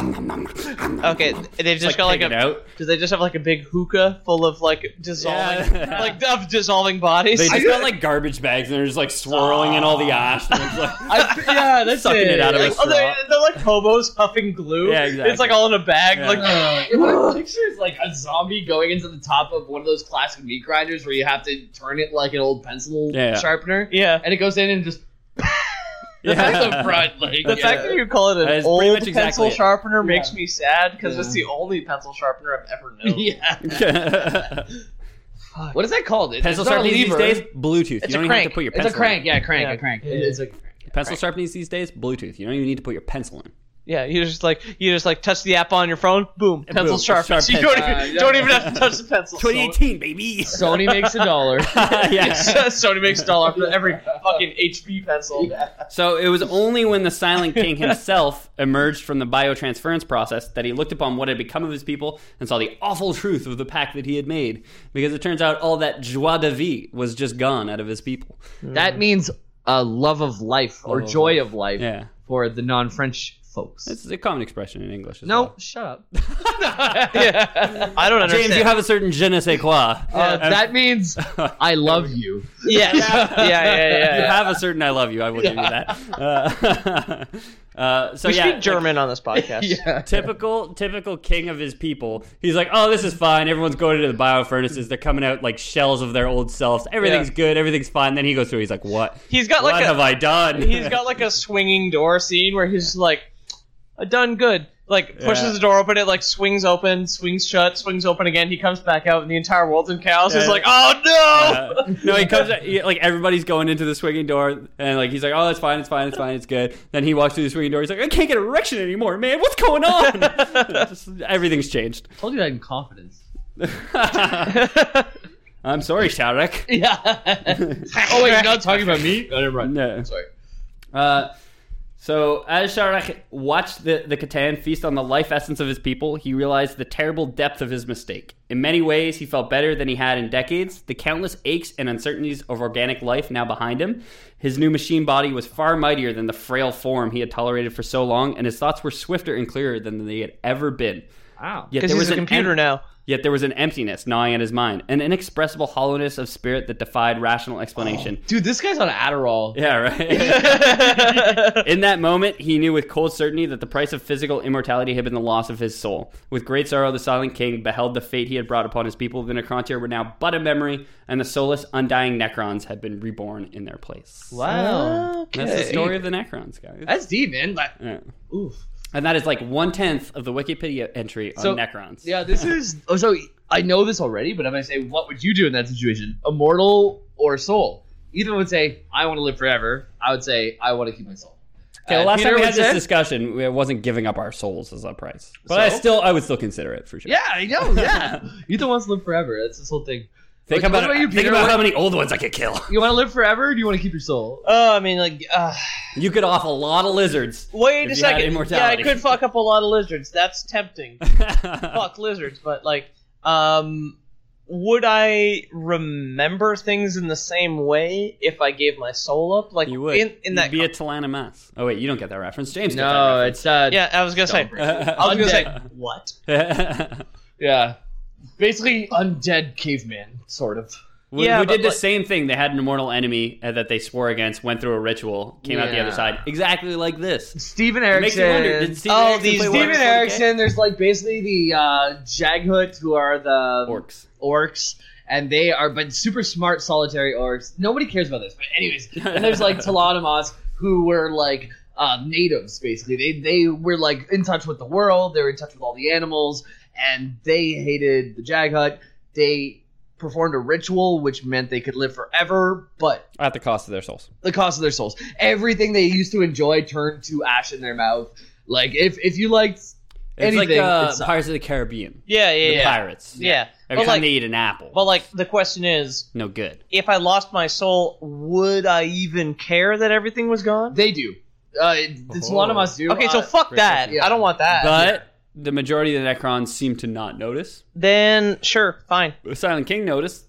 Speaker 1: Okay, they've just
Speaker 4: like
Speaker 1: got like
Speaker 4: picking
Speaker 1: a.
Speaker 4: out.
Speaker 1: Do they just have like a big hookah full of like dissolving,
Speaker 4: Yeah.
Speaker 1: like of dissolving bodies?
Speaker 4: They just got like garbage bags and they're just like swirling in all the ash. And it's like,
Speaker 3: I, yeah, that's
Speaker 4: Sucking it out of
Speaker 1: Like,
Speaker 4: a
Speaker 1: oh, they're,
Speaker 4: straw.
Speaker 1: they're like hobos puffing glue.
Speaker 4: Yeah, exactly.
Speaker 1: It's like all in a bag.
Speaker 4: Yeah.
Speaker 1: Like,
Speaker 3: Uh, if I picture is like a zombie going into the top of one of those classic meat grinders where you have to turn it like an old pencil
Speaker 4: Yeah, yeah.
Speaker 3: sharpener,
Speaker 1: yeah.
Speaker 3: and it goes in and just
Speaker 4: Yeah.
Speaker 3: the front. Like,
Speaker 1: The fact that you call it
Speaker 4: That
Speaker 1: an
Speaker 4: is pretty
Speaker 1: old
Speaker 4: much exactly
Speaker 1: pencil
Speaker 4: it.
Speaker 1: sharpener makes me sad because
Speaker 3: Yeah.
Speaker 1: it's the only pencil sharpener I've ever known.
Speaker 3: yeah,
Speaker 4: pencil
Speaker 3: what is that called? It- it's not a
Speaker 4: sharpenies these
Speaker 3: lever.
Speaker 4: days, Bluetooth.
Speaker 1: It's
Speaker 4: you
Speaker 1: a
Speaker 4: don't even have
Speaker 1: crank.
Speaker 4: to put your
Speaker 3: It's
Speaker 4: pencil.
Speaker 3: a crank.
Speaker 4: In.
Speaker 3: Yeah, crank.
Speaker 1: Yeah.
Speaker 3: A crank.
Speaker 1: Yeah.
Speaker 3: It- It's a crank.
Speaker 4: Pencil sharpenies these days, Bluetooth. You don't even need to put your pencil in.
Speaker 1: Yeah, you just like you just like touch the app on your phone, boom, pencil
Speaker 4: boom,
Speaker 1: sharp.
Speaker 4: sharp
Speaker 1: So you don't even,
Speaker 4: pencil.
Speaker 3: Uh, yeah.
Speaker 1: don't even have to touch the pencil.
Speaker 4: 2018, baby.
Speaker 3: Sony makes a dollar.
Speaker 4: yeah.
Speaker 1: Sony makes a dollar for every fucking HP pencil.
Speaker 4: So it was only when the Silent King himself emerged from the biotransference process that he looked upon what had become of his people and saw the awful truth of the pact that he had made. Because it turns out all that joie de vivre was just gone out of his people.
Speaker 3: that means a love of life or
Speaker 4: of
Speaker 3: joy of life
Speaker 4: Yeah.
Speaker 3: for the non-French folks.
Speaker 4: It's a common expression in English. As
Speaker 3: no,
Speaker 4: well.
Speaker 3: shut up.
Speaker 1: yeah. I don't understand.
Speaker 4: James, you have a certain je ne sais quoi.
Speaker 3: Uh, that means I love you.
Speaker 1: yes. yeah, yeah, yeah.
Speaker 4: you
Speaker 1: yeah.
Speaker 4: have a certain I love you. I will give you that. Uh, uh, so
Speaker 1: we
Speaker 4: yeah,
Speaker 1: speak German on this podcast.
Speaker 4: typical typical king of his people. He's like, oh, this is fine. Everyone's going to the bio furnaces. They're coming out like shells of their old selves. Everything's
Speaker 1: Yeah.
Speaker 4: good. Everything's fine. Then he goes through. He's like, what?
Speaker 1: He's got
Speaker 4: what
Speaker 1: like a
Speaker 4: have I done?
Speaker 1: he's got like a swinging door scene where he's just like "I done good like pushes
Speaker 4: Yeah.
Speaker 1: the door open it like swings open swings shut swings open again he comes back out and the entire world's in chaos he's
Speaker 4: Yeah.
Speaker 1: like oh no
Speaker 4: Uh, no, he comes out- he- like everybody's going into the swinging door, and like he's like, "Oh, it's fine, it's fine, it's fine, it's good." Then he walks through the swinging door. He's like, "I can't get an erection anymore, man. What's going on?" Just- everything's changed.
Speaker 3: told you that in confidence.
Speaker 1: Oh,
Speaker 4: I'm sorry, Sharek.
Speaker 3: Yeah. oh wait, you're not talking about me? I didn't run.
Speaker 4: No.
Speaker 3: Sorry.
Speaker 4: Uh, so, as Sharak watched the, the Catan feast on the life essence of his people, he realized the terrible depth of his mistake. In many ways, he felt better than he had in decades, the countless aches and uncertainties of organic life now behind him. His new machine body was far mightier than the frail form he had tolerated for so long, and his thoughts were swifter and clearer than they had ever been.
Speaker 3: Wow.
Speaker 4: Yet
Speaker 1: because
Speaker 4: there was
Speaker 1: he's a
Speaker 4: an
Speaker 1: computer
Speaker 4: em-
Speaker 1: now
Speaker 4: Yet there was an emptiness gnawing at his mind, an inexpressible hollowness of spirit that defied rational explanation.
Speaker 1: Oh.
Speaker 3: Dude, this guy's on Adderall.
Speaker 4: Yeah, right. In that moment, he knew with cold certainty that the price of physical immortality had been the loss of his soul. With great sorrow, the Silent King beheld the fate he had brought upon his people. The Necrontyr were now but a memory, and the soulless, undying Necrons had been reborn in their place.
Speaker 3: Wow.
Speaker 1: okay.
Speaker 4: That's the story of the Necrons, guys.
Speaker 3: That's deep, man. Like,
Speaker 4: Yeah.
Speaker 3: oof.
Speaker 4: And that is like one tenth of the Wikipedia entry on
Speaker 3: So-
Speaker 4: Necrons.
Speaker 3: Yeah, this is. Oh, so I know this already, but if I say, what would you do in that situation? Immortal or soul? Either would say, I want to live forever. I would say, I want to keep my soul.
Speaker 4: Okay, the
Speaker 3: Uh,
Speaker 4: last
Speaker 3: Peter
Speaker 4: time we
Speaker 3: would
Speaker 4: had this
Speaker 3: say-
Speaker 4: discussion, we- I wasn't giving up our souls as a price, but I still, I would still consider it for sure.
Speaker 3: Yeah, I know. Yeah. Ethan wants to live forever. That's this whole thing.
Speaker 4: Think
Speaker 3: What- what
Speaker 4: about,
Speaker 3: about you,
Speaker 4: think
Speaker 3: Peter?
Speaker 4: about
Speaker 3: What-
Speaker 4: how many old ones I could kill.
Speaker 3: You want to live forever or do you want to keep your soul?
Speaker 1: oh i mean like uh,
Speaker 4: You could off a lot of lizards.
Speaker 1: wait
Speaker 4: If
Speaker 1: a
Speaker 4: you had
Speaker 1: second yeah i
Speaker 4: immortality.
Speaker 1: could fuck up a lot of lizards that's tempting fuck lizards but like um would i remember things in the same way if i gave my soul up like
Speaker 4: You would.
Speaker 1: in, in that
Speaker 4: You'd be a Talanamas. Oh wait, you don't get that reference. James
Speaker 3: No,
Speaker 4: gets
Speaker 3: it's uh
Speaker 1: Yeah, I was gonna say. I was gonna say what?
Speaker 4: that reference.
Speaker 3: yeah. Basically undead caveman, sort of.
Speaker 4: we,
Speaker 1: Yeah,
Speaker 4: we
Speaker 1: but
Speaker 4: did the
Speaker 1: like-
Speaker 4: same thing. They had an immortal enemy uh, that they swore against, went through a ritual, came out the
Speaker 3: Yeah.
Speaker 4: other side, exactly like this.
Speaker 3: Steven
Speaker 4: It makes
Speaker 3: Erickson.
Speaker 4: you wonder, did Steven
Speaker 1: Oh,
Speaker 4: Erickson
Speaker 1: these
Speaker 4: play
Speaker 3: Steven
Speaker 4: Warhammer 40K?
Speaker 3: Erickson, there's like basically the uh, Jaghut, who are the
Speaker 4: Orcs.
Speaker 3: orcs, and they are but super smart solitary orcs. Nobody cares about this, but anyways, and there's like Talanamas, who were like uh, natives basically. They they were like in touch with the world. They were in touch with all the animals, and they hated the Jaghut. They performed a ritual which meant they could live forever, but
Speaker 4: At the cost of their souls.
Speaker 3: the cost of their souls. Everything they used to enjoy turned to ash in their mouth. Like if if you liked
Speaker 4: It's
Speaker 3: anything,
Speaker 4: like uh,
Speaker 3: it's-
Speaker 4: Pirates of the Caribbean.
Speaker 1: Yeah, yeah,
Speaker 4: The
Speaker 1: yeah.
Speaker 4: pirates.
Speaker 1: Yeah,
Speaker 4: Every
Speaker 1: but
Speaker 4: time
Speaker 1: like,
Speaker 4: they eat an apple.
Speaker 1: but like, the question is,
Speaker 4: no good.
Speaker 1: if I lost my soul, would I even care that everything was gone?
Speaker 3: they do. Uh, it-
Speaker 1: Oh.
Speaker 3: it's one
Speaker 4: Oh.
Speaker 3: of us do.
Speaker 1: Okay, so
Speaker 3: Uh,
Speaker 1: fuck that.
Speaker 3: yeah.
Speaker 1: I don't want that.
Speaker 4: But the majority of the Necrons seem to not notice.
Speaker 1: then sure, fine,
Speaker 4: Silent King noticed,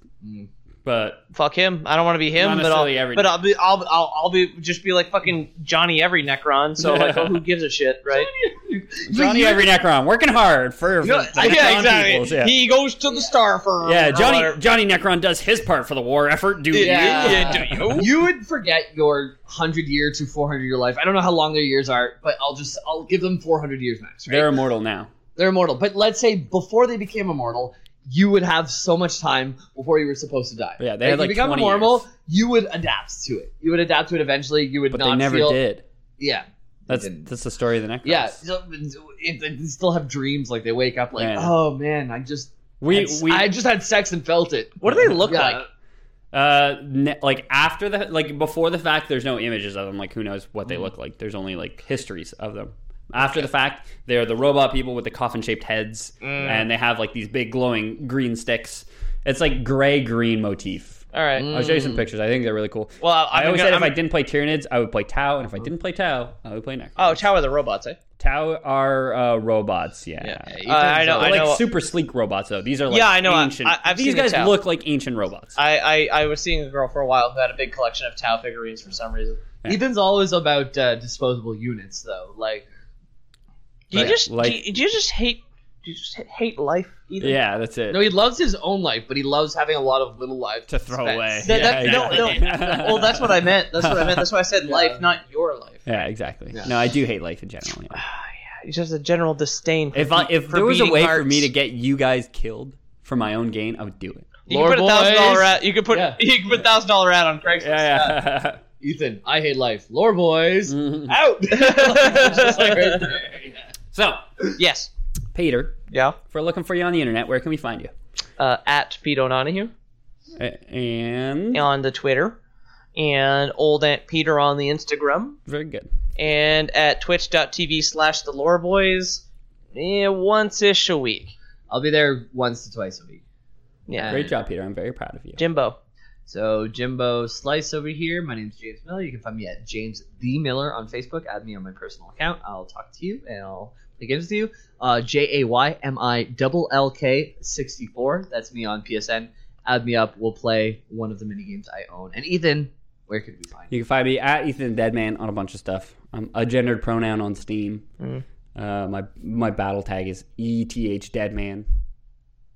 Speaker 4: but
Speaker 1: fuck him. I don't want to be him,
Speaker 4: Not
Speaker 1: but I'll,
Speaker 4: necessarily every-
Speaker 1: but I'll be, I'll, I'll, I'll be just be like fucking Johnny every Necron. So like, oh, who gives a shit, right?
Speaker 3: people.
Speaker 4: Johnny
Speaker 3: But you-
Speaker 4: Necron working hard for,
Speaker 1: No,
Speaker 4: for the
Speaker 1: yeah,
Speaker 4: Necron
Speaker 1: exactly.
Speaker 4: peoples, yeah.
Speaker 1: He goes to the star firm.
Speaker 4: yeah,
Speaker 1: or
Speaker 4: Johnny
Speaker 1: whatever.
Speaker 4: Johnny Necron does his part for the war effort. Do
Speaker 1: Yeah.
Speaker 4: you?
Speaker 1: Yeah, do you?
Speaker 3: You would forget your hundred year to four hundred year life. I don't know how long their years are, but I'll just I'll give them four hundred years max. Right?
Speaker 4: They're immortal now.
Speaker 3: They're immortal. But let's say before they became immortal, you would have so much time before you were supposed to die.
Speaker 4: Yeah, they had
Speaker 3: if
Speaker 4: like
Speaker 3: you become
Speaker 4: 20
Speaker 3: immortal,
Speaker 4: years.
Speaker 3: you would adapt to it. You would adapt to it eventually. You would
Speaker 4: But
Speaker 3: not
Speaker 4: they never
Speaker 3: feel,
Speaker 4: did.
Speaker 3: Yeah,
Speaker 4: That's
Speaker 3: didn't.
Speaker 4: that's the story of the Necrons.
Speaker 3: yeah. So, it- They still have dreams. Like they wake up like,
Speaker 4: Yeah.
Speaker 3: oh man, I just
Speaker 4: we
Speaker 3: had-
Speaker 4: we
Speaker 3: I just had sex and felt it.
Speaker 1: What do they look
Speaker 3: Yeah.
Speaker 1: like?
Speaker 4: uh ne- like after the like before the fact, there's no images of them. Like who knows what
Speaker 3: Mm-hmm.
Speaker 4: they look like? There's only like histories of them. After the fact, they're the robot people with the coffin shaped heads,
Speaker 1: Mm.
Speaker 4: and they have like these big glowing green sticks. It's like gray green motif.
Speaker 1: All right.
Speaker 4: I'll show you
Speaker 3: Mm.
Speaker 4: some pictures. I think they're really cool.
Speaker 1: Well,
Speaker 4: I
Speaker 1: I'm
Speaker 4: always
Speaker 1: gonna-
Speaker 4: said if I
Speaker 1: I'm-
Speaker 4: didn't play Tyranids, I would play Tau, and if I didn't play Tau, I would play Necron.
Speaker 1: Oh, Tower of the Robots, eh?
Speaker 4: Tau are uh, robots, yeah.
Speaker 1: Uh, I know. I
Speaker 4: They're like
Speaker 1: know.
Speaker 4: super sleek robots, though. These are like
Speaker 1: Yeah, I know. I-
Speaker 4: ancient.
Speaker 1: I- I've
Speaker 4: these
Speaker 1: seen
Speaker 4: guys
Speaker 1: Tau.
Speaker 4: look like ancient robots.
Speaker 1: I, I I was seeing a girl for a while who had a big collection of Tau figurines for some reason.
Speaker 3: Ethan's always about uh, disposable units, though. Like,
Speaker 1: Do you
Speaker 3: Like-
Speaker 1: just
Speaker 4: like-
Speaker 1: do, you, do you just hate do you just hate life? Either?
Speaker 4: yeah, that's it.
Speaker 3: no, he loves his own life, but he loves having a lot of little lives
Speaker 4: to throw
Speaker 3: spend.
Speaker 4: away.
Speaker 1: That-
Speaker 4: yeah,
Speaker 1: that- no, no. Well, that's what I meant. That's what I meant. That's why I said life, not your life.
Speaker 4: Yeah, exactly.
Speaker 3: Yeah.
Speaker 4: No, I do hate life in general. yeah.
Speaker 1: It's just a general disdain. For
Speaker 4: If I,
Speaker 1: be-
Speaker 4: if
Speaker 1: for
Speaker 4: there was a
Speaker 1: beating
Speaker 4: way for
Speaker 1: hearts.
Speaker 4: me to get you guys killed for my own gain, I would do it.
Speaker 1: you could put a
Speaker 3: Lord
Speaker 1: thousand dollar
Speaker 3: boys.
Speaker 1: ad. You could put
Speaker 3: Yeah.
Speaker 1: you could put a thousand dollar ad on Craigslist.
Speaker 4: Yeah,
Speaker 3: Ethan, I hate life. Lore boys.
Speaker 4: Mm-hmm.
Speaker 1: Out.
Speaker 3: Just like right there.
Speaker 4: so,
Speaker 1: yes.
Speaker 4: Peter,
Speaker 1: Yeah.
Speaker 4: if we're looking for you on the internet, where can we find you?
Speaker 1: Uh, at Pete O'Donohue
Speaker 4: A- And
Speaker 1: on the Twitter, and old Aunt Peter on the Instagram,
Speaker 4: very good.
Speaker 1: and at twitch.tv slash the lore boys eh, once ish a week.
Speaker 3: I'll be there once to twice a week.
Speaker 1: Yeah.
Speaker 4: Great job, Peter. I'm very proud of you.
Speaker 1: Jimbo.
Speaker 3: So Jimbo Slice over here. My name's James Miller. You can find me at James the Miller on Facebook. Add me on my personal account. I'll talk to you and I'll play games with you. Uh, J A Y M I double L K sixty four. That's me on PSN. Add me up. We'll play one of the mini games I own. And Ethan, where could we find? you?
Speaker 4: You can find me at Ethan Deadman on a bunch of stuff. I'm a gendered pronoun on Steam. Uh, my my battle tag is E ETH Deadman,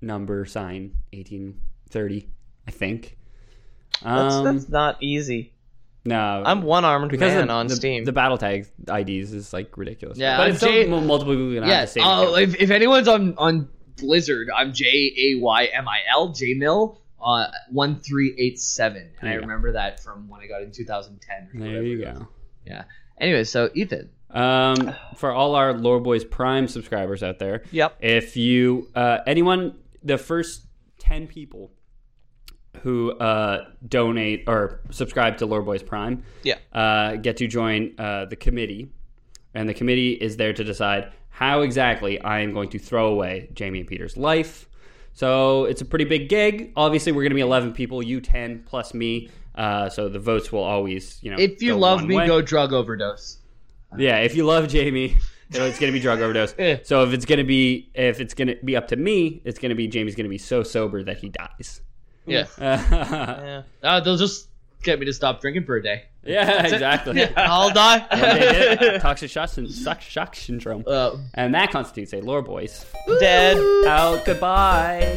Speaker 4: number sign eighteen thirty, I think.
Speaker 1: That's,
Speaker 4: Um,
Speaker 1: that's not easy.
Speaker 4: no,
Speaker 1: I'm one armed
Speaker 4: because
Speaker 1: man
Speaker 4: the,
Speaker 1: on
Speaker 4: the,
Speaker 1: Steam.
Speaker 4: The battle tag IDs is like ridiculous.
Speaker 3: Yeah,
Speaker 4: but
Speaker 3: I'm
Speaker 4: it's still
Speaker 3: J-
Speaker 4: mul- multiple people can have
Speaker 3: Yes.
Speaker 4: the same.
Speaker 3: Oh,
Speaker 4: account.
Speaker 3: if, if anyone's on on Blizzard, I'm J A Y M I L J Mill. Uh, one three eight seven, and
Speaker 4: There
Speaker 3: I
Speaker 4: you go.
Speaker 3: remember that from when I got in 2010. or
Speaker 4: there
Speaker 3: whatever
Speaker 4: you
Speaker 3: it was.
Speaker 4: go.
Speaker 3: Anyway, so Ethan,
Speaker 4: Um, for all our Lore Boys Prime subscribers out there,
Speaker 1: Yep.
Speaker 4: If you uh, anyone, the first ten people who uh, donate or subscribe to Lore Boys Prime,
Speaker 1: Yeah.
Speaker 4: uh, get to join uh, the committee, and the committee is there to decide how exactly I am going to throw away Jamie and Peter's life. So it's a pretty big gig. Obviously, we're going to be eleven people, you ten plus me. Uh, so the votes will always, you know,
Speaker 3: if you
Speaker 4: go
Speaker 3: love
Speaker 4: one
Speaker 3: me,
Speaker 4: way.
Speaker 3: go drug overdose.
Speaker 4: Yeah, if you love Jamie, you know, it's gonna be drug overdose.
Speaker 3: Yeah.
Speaker 4: so if it's gonna be if it's gonna be up to me, it's gonna be Jamie's gonna be so sober that he dies.
Speaker 3: Yeah,
Speaker 4: yeah,
Speaker 1: Yeah.
Speaker 3: uh, they'll just get me to stop drinking for a day.
Speaker 4: exactly.
Speaker 1: I'll
Speaker 4: They did
Speaker 1: die.
Speaker 4: it. Toxic shock, syn- suck- shock syndrome,
Speaker 3: Uh,
Speaker 4: and that constitutes a lore voice.
Speaker 1: Dead.
Speaker 4: Out, goodbye.